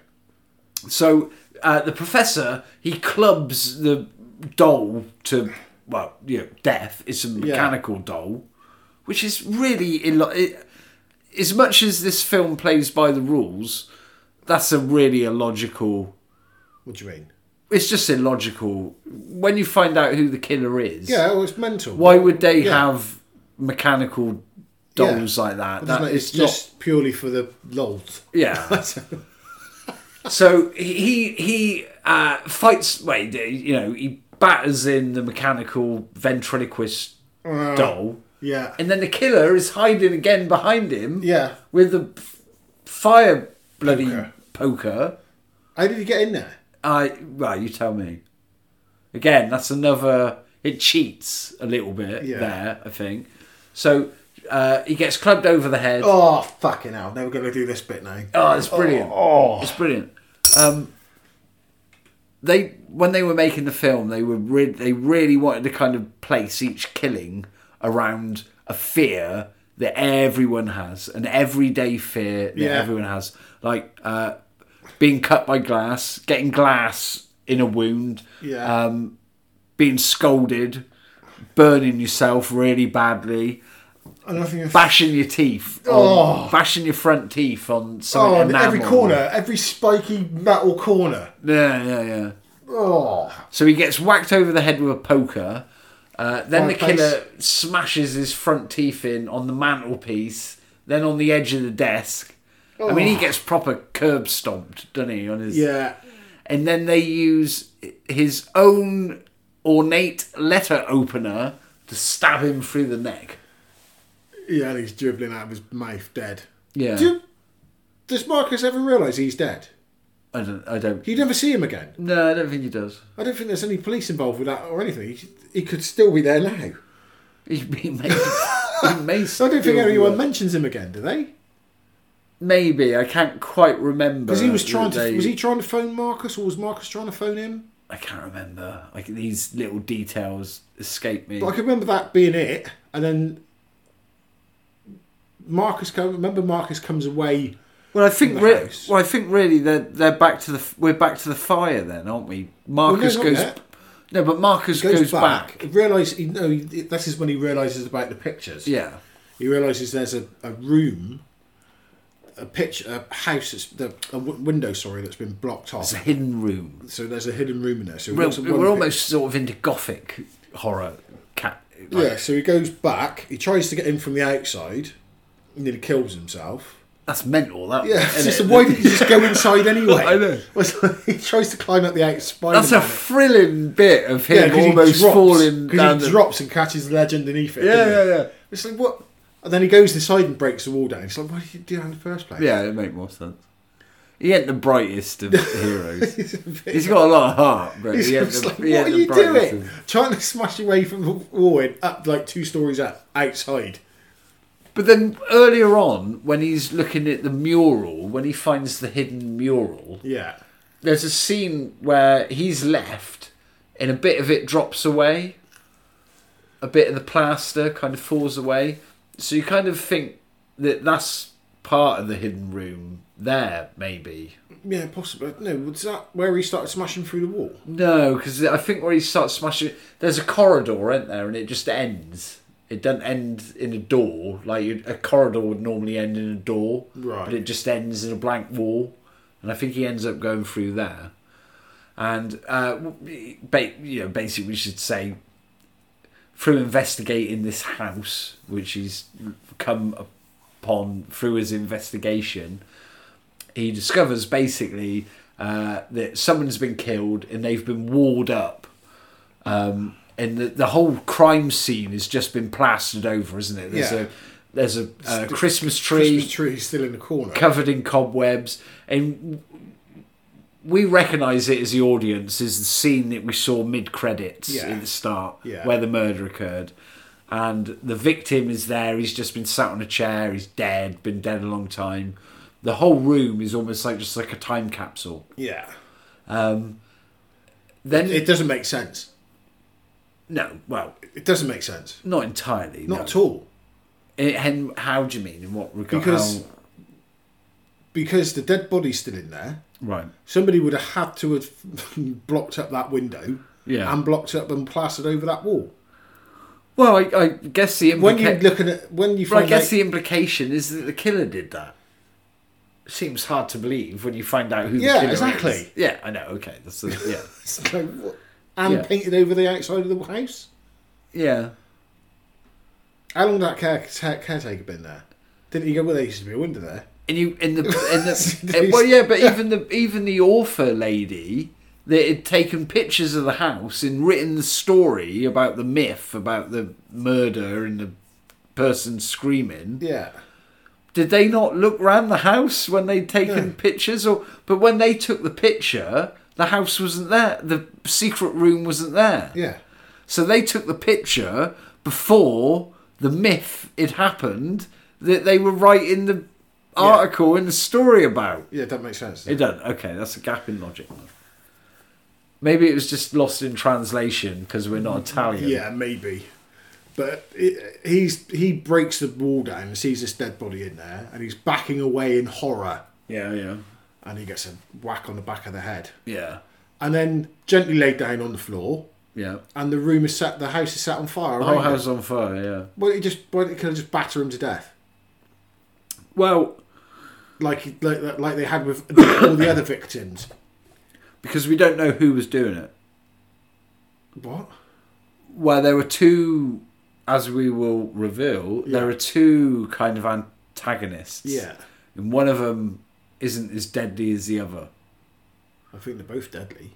S3: So uh, the professor he clubs the doll to well, you know, death. It's a mechanical doll, which is really illo- it, as much as this film plays by the rules. That's a really illogical.
S2: What do you mean?
S3: It's just illogical when you find out who the killer is.
S2: Yeah, well, it's mental.
S3: Why would they
S2: Yeah.
S3: have mechanical dolls like that?
S2: Doesn't
S3: That
S2: it?
S3: is
S2: It's just purely for the lols.
S3: Yeah. so he he uh, fights. Well, he- you know, he batters in the mechanical ventriloquist doll,
S2: Yeah,
S3: and then the killer is hiding again behind him.
S2: yeah.
S3: With the f- fire bloody
S2: Poker.
S3: poker.
S2: How did he get in there?
S3: I well, you tell me. Again, that's another. It cheats a little bit
S2: Yeah.
S3: there, I think. So uh, he gets clubbed over the head.
S2: Oh fucking hell! Now we're gonna do this bit now.
S3: Oh, it's brilliant.
S2: Oh.
S3: It's brilliant. Um, they when they were making the film, they were re- they really wanted to kind of place each killing around a fear that everyone has, an everyday fear that
S2: Yeah.
S3: everyone has, like uh, being cut by glass, getting glass in a wound,
S2: Yeah.
S3: um, being scolded, burning yourself really badly
S2: I don't think it's-
S3: bashing your teeth, on, bashing your front teeth on something.
S2: Oh, and every
S3: enamel.
S2: corner, every spiky metal corner.
S3: Yeah, yeah, yeah.
S2: Oh,
S3: So he gets whacked over the head with a poker. Uh, then the
S2: Fireplace.
S3: killer smashes his front teeth in on the mantelpiece, then on the edge of the desk. I mean, he gets proper curb stomped, doesn't he? On his
S2: Oh. yeah.
S3: and then they use his own ornate letter opener to stab him through the neck.
S2: Yeah, and he's dribbling out of his mouth dead.
S3: Yeah.
S2: Do you, does Marcus ever realise he's dead?
S3: I don't. I don't.
S2: You never see him again.
S3: No, I don't think he does.
S2: I don't think there's any police involved with that or anything. He, he could still be there now.
S3: He, he may. he may
S2: I don't think
S3: still
S2: anyone
S3: work.
S2: mentions him again, do they?
S3: Maybe I can't quite remember.
S2: Because he was trying
S3: that
S2: to.
S3: they-
S2: Was he trying to phone Marcus, or was Marcus trying to phone him?
S3: I can't remember. Like these little details escape me.
S2: But I can remember that being it, and then Marcus. Come, remember, Marcus comes away.
S3: well, I
S2: in
S3: think.
S2: the
S3: Re-
S2: house.
S3: well, I think really they're they're back to the f- we're back to the fire then, aren't we? Marcus
S2: not
S3: goes.
S2: yet.
S3: No, but Marcus goes,
S2: Goes,
S3: back.
S2: back. Realise he no. He, this is when he realizes about the pictures.
S3: Yeah.
S2: He realizes there's a, a room, a picture, a house, that's, the, a w- window. Sorry, that's been blocked off.
S3: It's a hidden room.
S2: So there's a hidden room in there. So he
S3: We're,
S2: looks at
S3: we're
S2: one pic-
S3: almost sort of into gothic horror. Cat. like,
S2: Yeah, so he goes back. He tries to get in from the outside. He nearly kills himself.
S3: That's mental. That.
S2: Yeah,
S3: isn't
S2: it's just,
S3: it?
S2: why did you just go inside anyway?
S3: I know.
S2: Well, he tries to climb up the out spider.
S3: That's a thrilling bit of him almost falling down.
S2: Because he
S3: the-
S2: drops and catches the ledge underneath it.
S3: Yeah,
S2: doesn't he?
S3: yeah, yeah.
S2: It's like, what? And then he goes inside and breaks the wall down. It's like, why did you do that in the first place?
S3: Yeah, it'd make more sense. He ain't the brightest of heroes. He's got a lot of heart, but
S2: It's
S3: he ain't
S2: just
S3: the,
S2: like,
S3: he ain't
S2: what are
S3: the
S2: you
S3: brightest
S2: doing?
S3: of-
S2: Trying to smash away from the wall and up like two stories up outside.
S3: But then earlier on, when he's looking at the mural, when he finds the hidden mural,
S2: Yeah.
S3: there's a scene where he's left and a bit of it drops away. A bit of the plaster kind of falls away. So you kind of think that that's part of the hidden room there, maybe.
S2: Yeah, possibly. No, was that where he started smashing through the wall?
S3: No, because I think where he starts smashing, there's a corridor, ain't there, and it just ends. It doesn't end in a door like you'd- a corridor would normally end in a door,
S2: Right.
S3: But it just ends in a blank wall. and I think he ends up going through there. And uh, ba- you know, basically, we should say through investigating this house, which he's come upon through his investigation, he discovers basically uh, that someone's been killed and they've been walled up. Um, and the, the whole crime scene has just been plastered over, isn't it? There's
S2: Yeah.
S3: a there's a, a
S2: It's the
S3: Christmas tree
S2: Christmas tree still in the corner.
S3: covered in cobwebs, and we recognise it as the audience as the scene that we saw mid credits
S2: Yeah.
S3: at the start,
S2: Yeah.
S3: where the murder occurred, and the victim is there. He's just been sat on a chair. He's dead. Been dead a long time. The whole room is almost like just like a time capsule.
S2: yeah,
S3: Then
S2: it doesn't make sense.
S3: no, well,
S2: It doesn't make sense.
S3: not entirely.
S2: Not
S3: no.
S2: at all.
S3: Eh, And how do you mean? In what regard?
S2: Because-
S3: How-
S2: Because the dead body's still in there.
S3: right.
S2: Somebody would have had to have blocked up that window
S3: Yeah.
S2: and blocked up and plastered over that wall.
S3: Well, I, I guess the
S2: When
S3: implica-
S2: you're looking at when you
S3: But I
S2: find
S3: guess
S2: out,
S3: the implication is that the killer did that. Seems hard to believe when you find out who
S2: Yeah,
S3: the killer
S2: exactly.
S3: is. Yeah, I know. Okay, that's the, yeah,
S2: it's like, what? and
S3: Yeah.
S2: painted over the outside of the house.
S3: yeah.
S2: How long that care- care- caretaker been there? Didn't he go? Well, there used to be a window there.
S3: And you in the in the eh, well, yeah, but even the even the author lady that had taken pictures of the house and written the story about the myth about the murder and the person screaming.
S2: Yeah,
S3: Did they not look round the house when they'd taken
S2: No.
S3: pictures? Or but when they took the picture, the house wasn't there. The secret room wasn't there.
S2: yeah,
S3: So they took the picture before the myth had happened that they were writing the article and the story about.
S2: yeah. That makes sense.
S3: It doesn't. Okay, that's a gap in logic. Maybe it was just lost in translation because we're not Italian.
S2: Yeah, maybe. But it, he's he breaks the wall down and sees this dead body in there, and he's backing away in horror,
S3: yeah, yeah,
S2: and he gets a whack on the back of the head,
S3: yeah,
S2: and then gently laid down on the floor,
S3: yeah.
S2: and the room is set, the house is set on fire.
S3: The whole
S2: around
S3: house
S2: it.
S3: is on fire. Yeah.
S2: Well, he just well, it could have just batter him to death,
S3: Well,
S2: like he, like like they had with all the other victims.
S3: because we don't know who was doing it.
S2: What?
S3: Well, there were two, as we will reveal, there are two kind of antagonists.
S2: Yeah,
S3: and one of them isn't as deadly as the other.
S2: I think they're both deadly.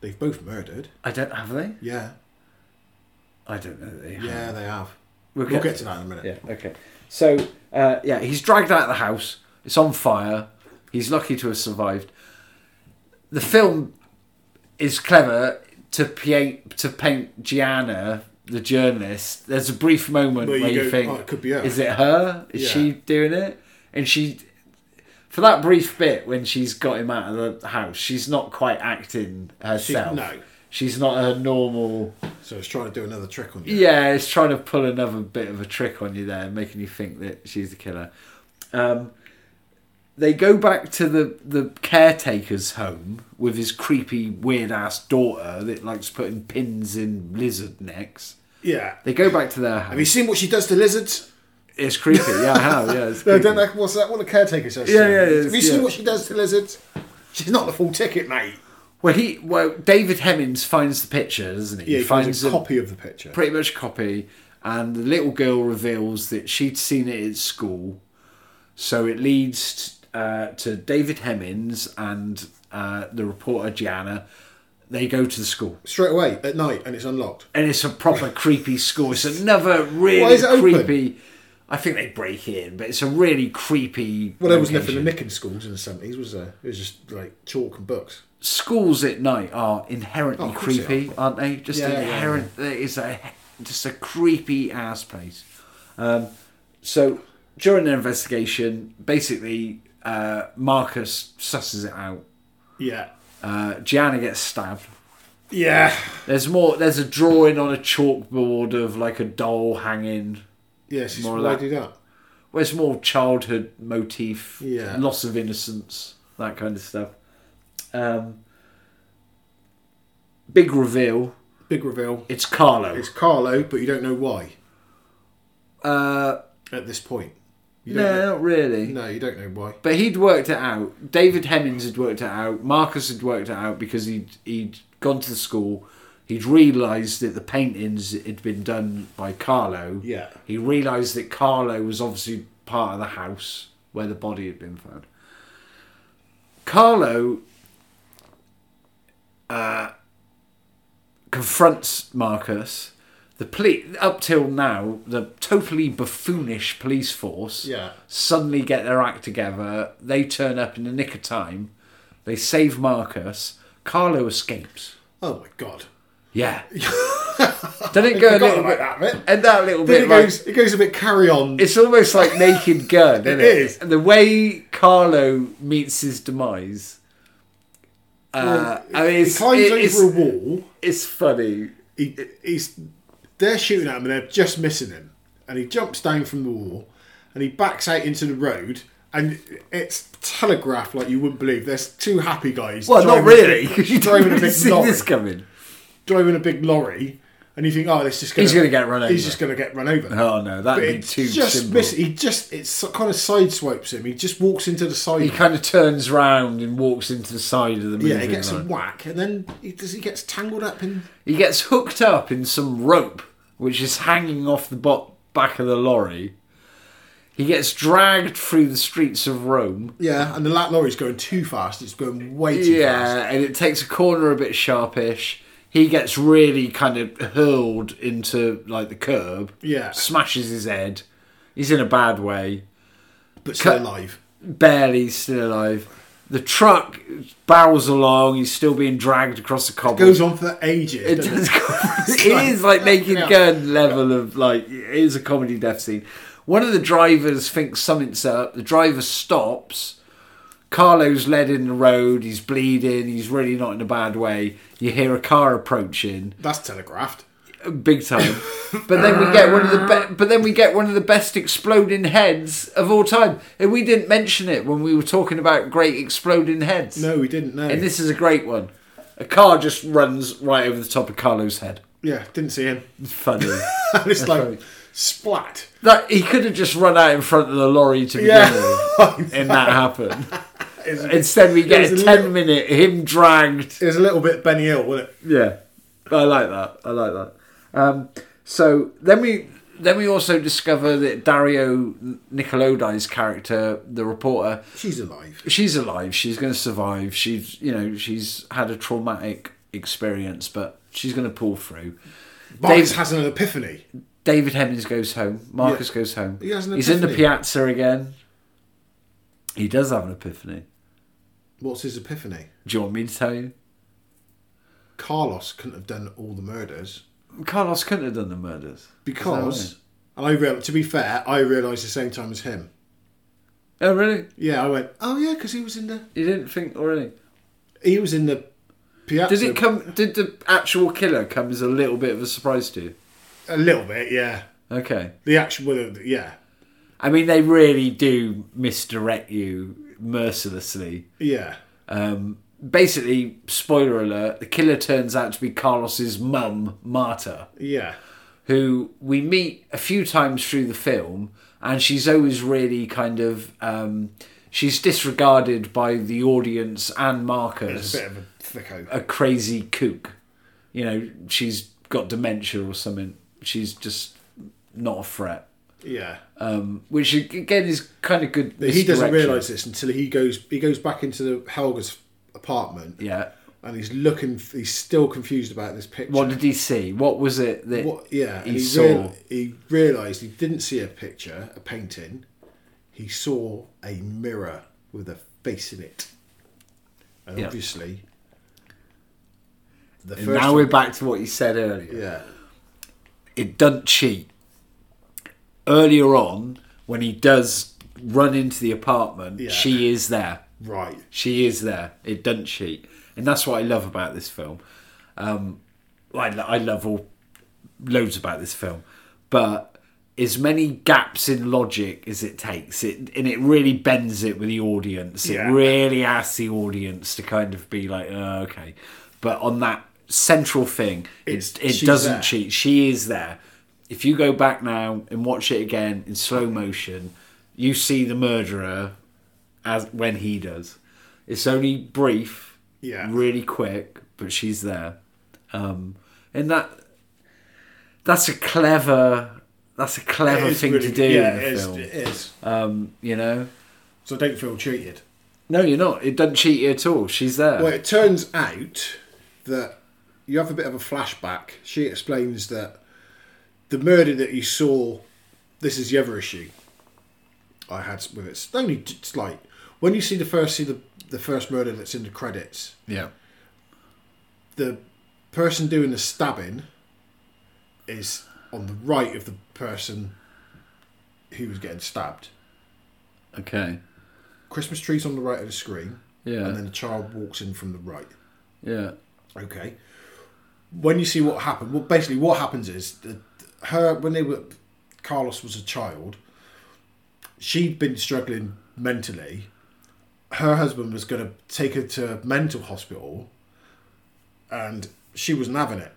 S2: They've both murdered.
S3: I don't have they.
S2: Yeah,
S3: I don't know. They have.
S2: yeah, they have.
S3: We'll
S2: We'll,
S3: get-
S2: get to that in a minute.
S3: Yeah. Okay. So uh, yeah, he's dragged out of the house. It's on fire. He's lucky to have survived. The film is clever to paint to paint Gianna, the journalist. There's a brief moment
S2: Where
S3: where,
S2: you
S3: you,
S2: go,
S3: think,
S2: "Oh, it could be her."
S3: is it her? Is
S2: Yeah.
S3: she doing it? And she, for that brief bit when she's got him out of the house, she's not quite acting herself.
S2: no.
S3: She's not her normal.
S2: So it's trying to do another trick on you.
S3: Yeah, it's trying to pull another bit of a trick on you there, making you think that she's the killer. Um, they go back to the, the caretaker's home with his creepy, weird ass daughter that likes putting pins in lizard necks.
S2: Yeah.
S3: They go back to their
S2: Have you
S3: house.
S2: seen what she does to lizards?
S3: It's creepy. Yeah, I have. Yeah, it's
S2: No,
S3: creepy.
S2: don't that, what's that? What the caretaker says? to
S3: Yeah,
S2: him?
S3: yeah, yeah,
S2: Have you seen
S3: yeah.
S2: what she does to lizards? She's not the full ticket, mate.
S3: Well, he well David Hemmings finds the picture, doesn't he?
S2: Yeah,
S3: he
S2: he finds, a
S3: the-
S2: copy of the picture.
S3: pretty much a copy. And the little girl reveals that she'd seen it at school, so it leads uh, to David Hemmings and uh, the reporter Gianna. They go to the school,
S2: Straight away at night, and it's unlocked.
S3: and it's a proper creepy school. It's another really
S2: is it open?
S3: creepy. I think they break in, but it's a really creepy.
S2: Well, there was nothing
S3: location.
S2: in Nicking schools in the seventies, was there? It was just like chalk and books.
S3: schools at night are inherently
S2: Oh, of course they
S3: creepy, are. not they? Just
S2: Yeah, yeah,
S3: inherent. It's a just a creepy ass place. Um, so during the investigation, basically uh, Marcus susses it out.
S2: Yeah,
S3: Uh, Gianna gets stabbed.
S2: yeah,
S3: There's more. There's a drawing on a chalkboard of like a doll hanging.
S2: yeah. She's
S3: More
S2: More
S3: of
S2: why
S3: that.
S2: do that?
S3: Well, it's more childhood motif,
S2: Yeah.
S3: loss of innocence, that kind of stuff. Um, big reveal.
S2: Big reveal.
S3: It's Carlo.
S2: It's Carlo, but you don't know why
S3: Uh,
S2: at this point. You don't
S3: no,
S2: know-
S3: not really.
S2: No, you don't know why.
S3: But he'd worked it out. David Hemmings had worked it out. Marcus had worked it out because he'd he'd gone to the school. He'd realised that the paintings had been done by Carlo.
S2: Yeah.
S3: He realised that Carlo was obviously part of the house where the body had been found. Carlo uh, confronts Marcus. The police, up till now, the totally buffoonish police force
S2: Yeah.
S3: suddenly get their act together. They turn up in the nick of time. They save Marcus. Carlo escapes.
S2: Oh my god.
S3: Yeah. Doesn't it go a
S2: forgot
S3: little bit?
S2: about that bit.
S3: And that little
S2: Then
S3: bit
S2: it
S3: like-
S2: goes. It goes a bit carry on.
S3: it's almost like Naked Gun, isn't it?
S2: It is.
S3: And the way Carlo meets his demise. Uh, I mean,
S2: he
S3: it's,
S2: climbs
S3: it-
S2: over
S3: it's,
S2: a wall.
S3: it's funny.
S2: He, he's they're shooting at him and they're just missing him. And he jumps down from the wall and he backs out into the road. And it's telegraphed like you wouldn't believe. There's two happy guys.
S3: Well, not
S2: driving-
S3: really, because you don't
S2: driving a
S3: really
S2: big
S3: see
S2: lorry.
S3: this coming.
S2: driving a big lorry, and you think, oh, this is going.
S3: He's gonna get run over.
S2: He's just going to get run over.
S3: Oh, no, that'd
S2: But
S3: be
S2: it
S3: too
S2: just
S3: simple.
S2: miss- he just it so- kind of sideswipes him. He just walks into the side.
S3: He kind of turns round and walks into the side of the moving
S2: yeah, he gets a
S3: line.
S2: whack, and then he does. He gets tangled up in.
S3: He gets hooked up in some rope, which is hanging off the bo- back of the lorry. He gets dragged through the streets of Rome.
S2: Yeah, and the lat lorry's going too fast. It's going way too
S3: Yeah,
S2: fast.
S3: and it takes a corner a bit sharpish. He gets really kind of hurled into like the curb.
S2: Yeah.
S3: Smashes his head. He's in a bad way.
S2: But still
S3: Cut-
S2: alive.
S3: Barely still alive. The truck bows along. He's still being dragged across the cobble.
S2: Goes on for ages.
S3: It
S2: doesn't
S3: does.
S2: it?
S3: it is like Naked
S2: Yeah.
S3: Gun level of like it is a comedy death scene. One of the drivers thinks something's up. The driver stops. Carlo's led in the road. He's bleeding. He's really not in a bad way. You hear a car approaching,
S2: That's telegraphed.
S3: big time. But then we get one of the be- but then we get one of the best exploding heads of all time. And we didn't mention it when we were talking about great exploding heads.
S2: No, we didn't know.
S3: And this is a great one. A car just runs right over the top of Carlo's head.
S2: yeah, didn't see him.
S3: Funny.
S2: And it's like
S3: right.
S2: splat.
S3: that he could have just run out in front of the lorry to begin
S2: Yeah.
S3: with, and that happened.
S2: It's-
S3: Instead, we
S2: It
S3: get a
S2: was a
S3: ten
S2: little-
S3: minute him dragged.
S2: It was a little bit Benny Hill, wasn't it?
S3: Yeah, I like that. I like that. Um, so then we then we also discover that Dario Nicolodi's character, the reporter,
S2: She's alive.
S3: she's alive. She's going to survive. She's you know she's had a traumatic experience, but she's going to pull through.
S2: Marcus has an epiphany.
S3: David Hemmings goes home. Marcus
S2: Yeah.
S3: goes home.
S2: He has an
S3: He's in the
S2: epiphany.
S3: piazza again. He does have an epiphany.
S2: What's his epiphany?
S3: Do you want me to tell you?
S2: Carlos couldn't have done all the murders
S3: Carlos couldn't have done the murders.
S2: because, and I real to be fair, I realised the same time as him.
S3: Oh, really?
S2: Yeah, I went, oh yeah, because he was in the
S3: You didn't think already?
S2: he was in the piazza.
S3: Did it come? Did the actual killer come as a little bit of a surprise to you?
S2: a little bit? Yeah,
S3: Okay.
S2: the actual, well, the- yeah,
S3: I mean, they really do misdirect you mercilessly.
S2: yeah,
S3: Um, basically, spoiler alert: the killer turns out to be Carlos's mum, Marta.
S2: yeah,
S3: who we meet a few times through the film, and she's always really kind of um, she's disregarded by the audience and
S2: it's
S3: Marcus.
S2: a bit of a thicko.
S3: A crazy kook, you know, she's got dementia or something. She's just not a threat,
S2: Yeah,
S3: um, which again is kind of good.
S2: he doesn't
S3: misdirection.
S2: realise this until he goes he goes back into the Helga's apartment.
S3: Yeah.
S2: and he's looking. He's still confused about this picture.
S3: What did he see? What was it that?
S2: What? Yeah, and
S3: he
S2: he,
S3: saw.
S2: real- he realised he didn't see a picture, a painting. He saw a mirror with a face in it, and
S3: Yeah.
S2: obviously, the
S3: And now we're back to what you said earlier.
S2: yeah,
S3: it doesn't cheat. Earlier on, when he does run into the apartment,
S2: Yeah.
S3: she is there.
S2: right.
S3: She is there. It doesn't cheat, and that's what I love about this film. Um, I, lo- I love all loads about this film, but as many gaps in logic as it takes, it and it really bends it with the audience.
S2: Yeah.
S3: It really asks the audience to kind of be like, oh, okay, but on that central thing,
S2: It's-
S3: it, it
S2: she's
S3: doesn't
S2: there.
S3: cheat. She is there. If you go back now and watch it again in slow motion, you see the murderer as when he does. It's only brief,
S2: Yeah.
S3: really quick, but she's there. Um, and that that's a clever that's a clever
S2: It is
S3: thing
S2: really-
S3: to do
S2: Yeah,
S3: in a
S2: it is,
S3: film.
S2: it is.
S3: Um, you know,
S2: So don't feel cheated.
S3: no, you're not. It doesn't cheat you at all. She's there.
S2: Well, it turns out that you have a bit of a flashback. She explains that the murder that you saw, this is the other issue I had with it. It's only it's like when you see the first see the the first murder that's in the credits,
S3: yeah,
S2: the person doing the stabbing is on the right of the person who was getting stabbed.
S3: okay,
S2: Christmas trees on the right of the screen,
S3: yeah,
S2: and then the child walks in from the right.
S3: yeah,
S2: Okay. When you see what happened, well, basically what happens is that her when they were Carlos was a child, she'd been struggling mentally. Her husband was going to take her to mental hospital, and she wasn't having it.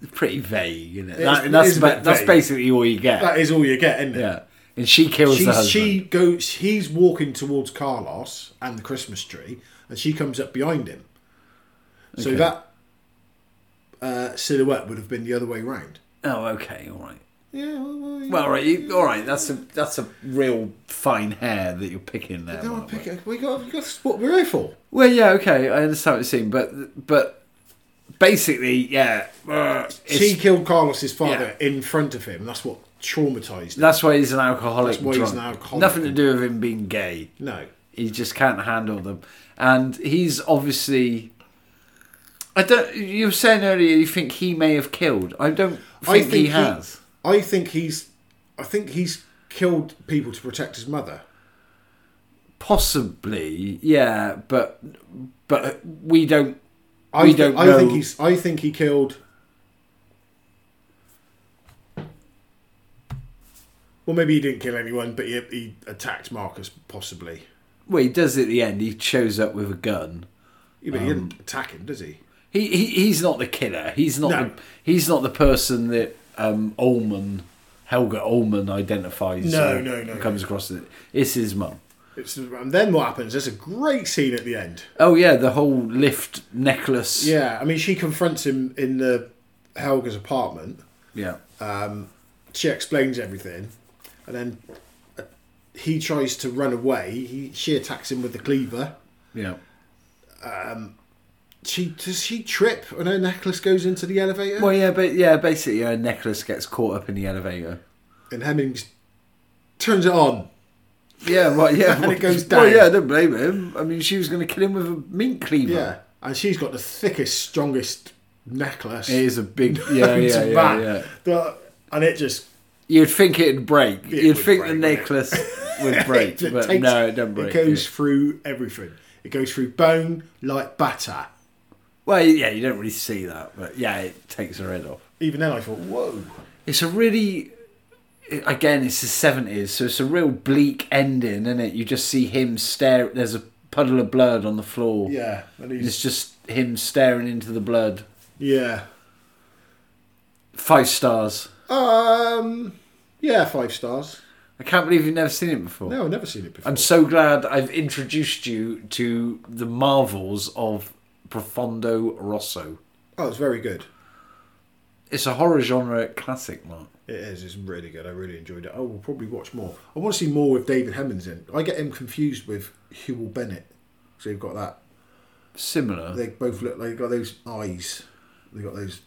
S3: It's pretty vague, isn't it?
S2: It
S3: That-
S2: is- it
S3: that's
S2: is a
S3: ba-
S2: bit
S3: that's
S2: vague.
S3: basically all you get.
S2: That is all you get, isn't it?
S3: yeah, and she kills the
S2: She's,
S3: husband.
S2: she goes. He's walking towards Carlos and the Christmas tree, and she comes up behind him. So
S3: Okay.
S2: that uh, silhouette would have been the other way round.
S3: oh, okay, all right.
S2: Yeah. Well,
S3: Well, all right, you, all right. That's a that's a real fine hair that you're picking there.
S2: No, I
S3: Mark.
S2: pick it. We got, we got to spot we're here for.
S3: Well, yeah, okay, I understand what you're saying, but but basically, yeah, uh, it's-
S2: She killed Carlos's father
S3: Yeah.
S2: in front of him. That's what traumatized him.
S3: that's why he's an alcoholic.
S2: That's why he's
S3: drunk.
S2: an alcoholic.
S3: Nothing to do with him being gay.
S2: No.
S3: He just can't handle them, and he's obviously. I don't. You were saying earlier you think he may have killed. I don't think,
S2: I
S3: he, has.
S2: I think he's. I think he's killed people to protect his mother.
S3: Possibly, yeah, but but we don't.
S2: I
S3: We
S2: thi-
S3: don't
S2: I think
S3: know.
S2: he's. I think he killed. Well, maybe he didn't kill anyone, but he, he attacked Marcus possibly.
S3: Well, he does at the end. He shows up with a gun.
S2: Yeah, but he
S3: Um,
S2: didn't attack him, does he?
S3: He, he he's not the killer. He's not
S2: No.
S3: the, he's not the person that um, Ullman Helga Ullman identifies.
S2: No,
S3: and
S2: no, no.
S3: Comes across it. It's his mum.
S2: It's, and then what happens? There's a great scene at the end.
S3: Oh yeah, the whole lift necklace.
S2: Yeah, I mean, she confronts him in the Helga's apartment.
S3: yeah,
S2: She explains everything, and then uh, he tries to run away. He, she attacks him with the cleaver.
S3: yeah.
S2: She does she trip, and her necklace goes into the elevator.
S3: Well, yeah, but yeah, basically, a necklace gets caught up in the elevator.
S2: And Hemmings turns it on.
S3: Yeah, well, yeah,
S2: And it goes
S3: Well,
S2: down.
S3: yeah, I don't blame him. I mean, she was going to kill him with a meat cleaver.
S2: Yeah, and she's got the thickest, strongest necklace.
S3: it is a big. Yeah,
S2: known
S3: yeah,
S2: to
S3: yeah,
S2: man.
S3: yeah.
S2: The- and it just
S3: You'd think it'd break.
S2: It would
S3: You'd think the
S2: break, wouldn't it?
S3: necklace would break,
S2: it
S3: but
S2: takes-
S3: no, it doesn't break.
S2: It goes
S3: yeah.
S2: through everything. It goes through bone like batter.
S3: Well, yeah, you don't really see that, but yeah, it takes her head off.
S2: Even then, I thought, whoa.
S3: It's a really, again, it's the seventies, so it's a real bleak ending, isn't it? You just see him stare. There's a puddle of blood on the floor.
S2: Yeah, and
S3: and it's
S2: he's,
S3: just him staring into the blood.
S2: yeah.
S3: Five stars.
S2: Um, yeah, five stars.
S3: I can't believe you've never seen it before.
S2: No, I've never seen it before.
S3: I'm so glad I've introduced you to the marvels of Profondo Rosso.
S2: oh, it's very good.
S3: It's a horror genre classic, Mark.
S2: It is. It's really good. I really enjoyed it. I will probably watch more. I want to see more with David Hemmings in. I get him confused with Hewell Bennett. So you've got that.
S3: Similar.
S2: They both look. They got those eyes. They got those.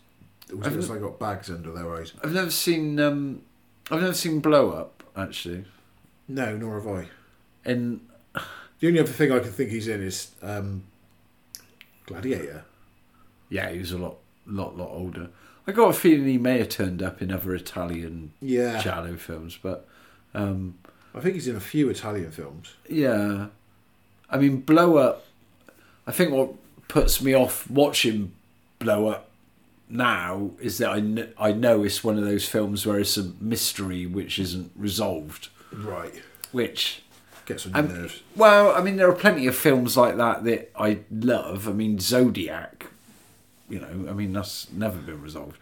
S2: It was almost like they got bags under their eyes.
S3: I've never seen um, I've never seen Blow Up actually,
S2: No, nor have I.
S3: and
S2: The only other thing I can think he's in is um, Gladiator.
S3: yeah, he was a lot, lot, lot older. I got a feeling he may have turned up in other Italian
S2: Yeah,
S3: giallo films, but um,
S2: I think he's in a few Italian films.
S3: yeah, I mean Blow Up. I think what puts me off watching Blow Up now is that I kn- I know it's one of those films where it's a mystery which isn't resolved,
S2: Right,
S3: which
S2: gets on your
S3: Um,
S2: nerves.
S3: Well, I mean, there are plenty of films like that that I love. I mean, Zodiac, you know, I mean, that's never been resolved.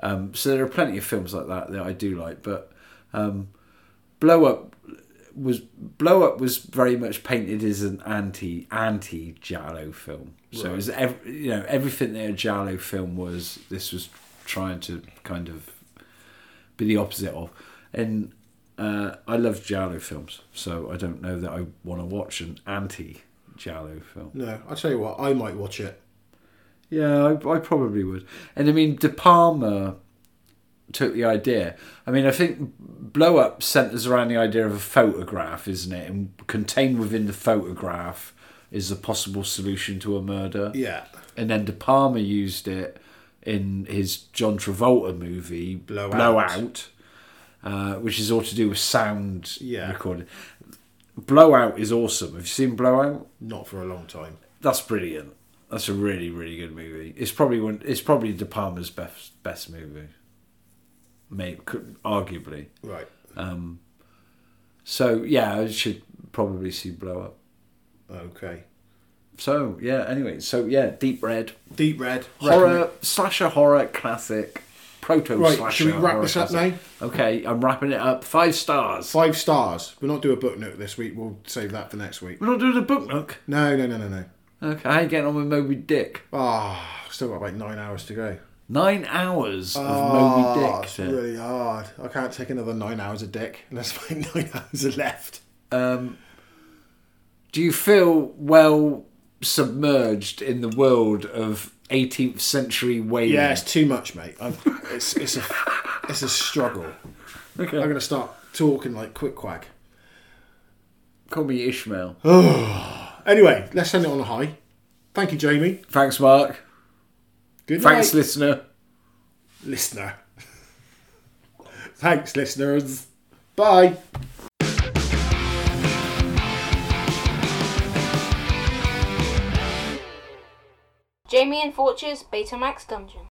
S3: Um, so there are plenty of films like that that I do like, but um, Blow Up was Blow Up was very much painted as an anti anti Jallo film. So it was ev- you know everything that a Jallo film was. This was trying to kind of be the opposite of. And uh, I love Jallo films, so I don't know that I want to watch an anti Jallo film.
S2: No, I'll tell you what, I might watch it.
S3: Yeah, I, I probably would. And I mean, De Palma took the idea. I mean, I think blow up centers around the idea of a photograph, isn't it? And contained within the photograph is a possible solution to a murder.
S2: Yeah.
S3: And then De Palma used it in his John Travolta movie
S2: Blowout.
S3: Blowout, uh, which is all to do with sound
S2: Yeah.
S3: recording. Blowout is awesome. Have you seen Blowout?
S2: Not for a long time.
S3: That's brilliant. That's a really, really good movie. It's probably one. It's probably De Palma's best best movie, May could, arguably.
S2: Right.
S3: So yeah, I should probably see Blow Up.
S2: Okay.
S3: So yeah. Anyway, so yeah, Deep Red
S2: Deep Red.
S3: horror slasher horror classic proto
S2: Right,
S3: slasher.
S2: should we wrap
S3: horror
S2: this up
S3: classic. Okay, I'm wrapping it up. Five stars.
S2: Five stars. We'll not do a book note this week. We'll save that for next week.
S3: We're not doing a book nook.
S2: No, no, no, no, no.
S3: Okay, how you getting on with Moby Dick?
S2: Ah, still got about nine hours to go.
S3: Nine hours of
S2: Ah,
S3: Moby Dick.
S2: It's
S3: to-
S2: really hard. I can't take another nine hours of dick, and that's my nine hours are left.
S3: um, do you feel well submerged in the world of 18th century whaling?
S2: Yeah, it's too much, mate. I'm, it's it's a it's a struggle.
S3: Okay.
S2: I'm gonna start talking like quick quack.
S3: Call me Ishmael.
S2: Anyway, let's end it on a high. Thank you, Jamie.
S3: Thanks, Mark.
S2: Good night,
S3: Thanks, listener.
S2: listener. Thanks, listeners. Bye.
S1: Jamie and Fortune's Betamax Dungeon.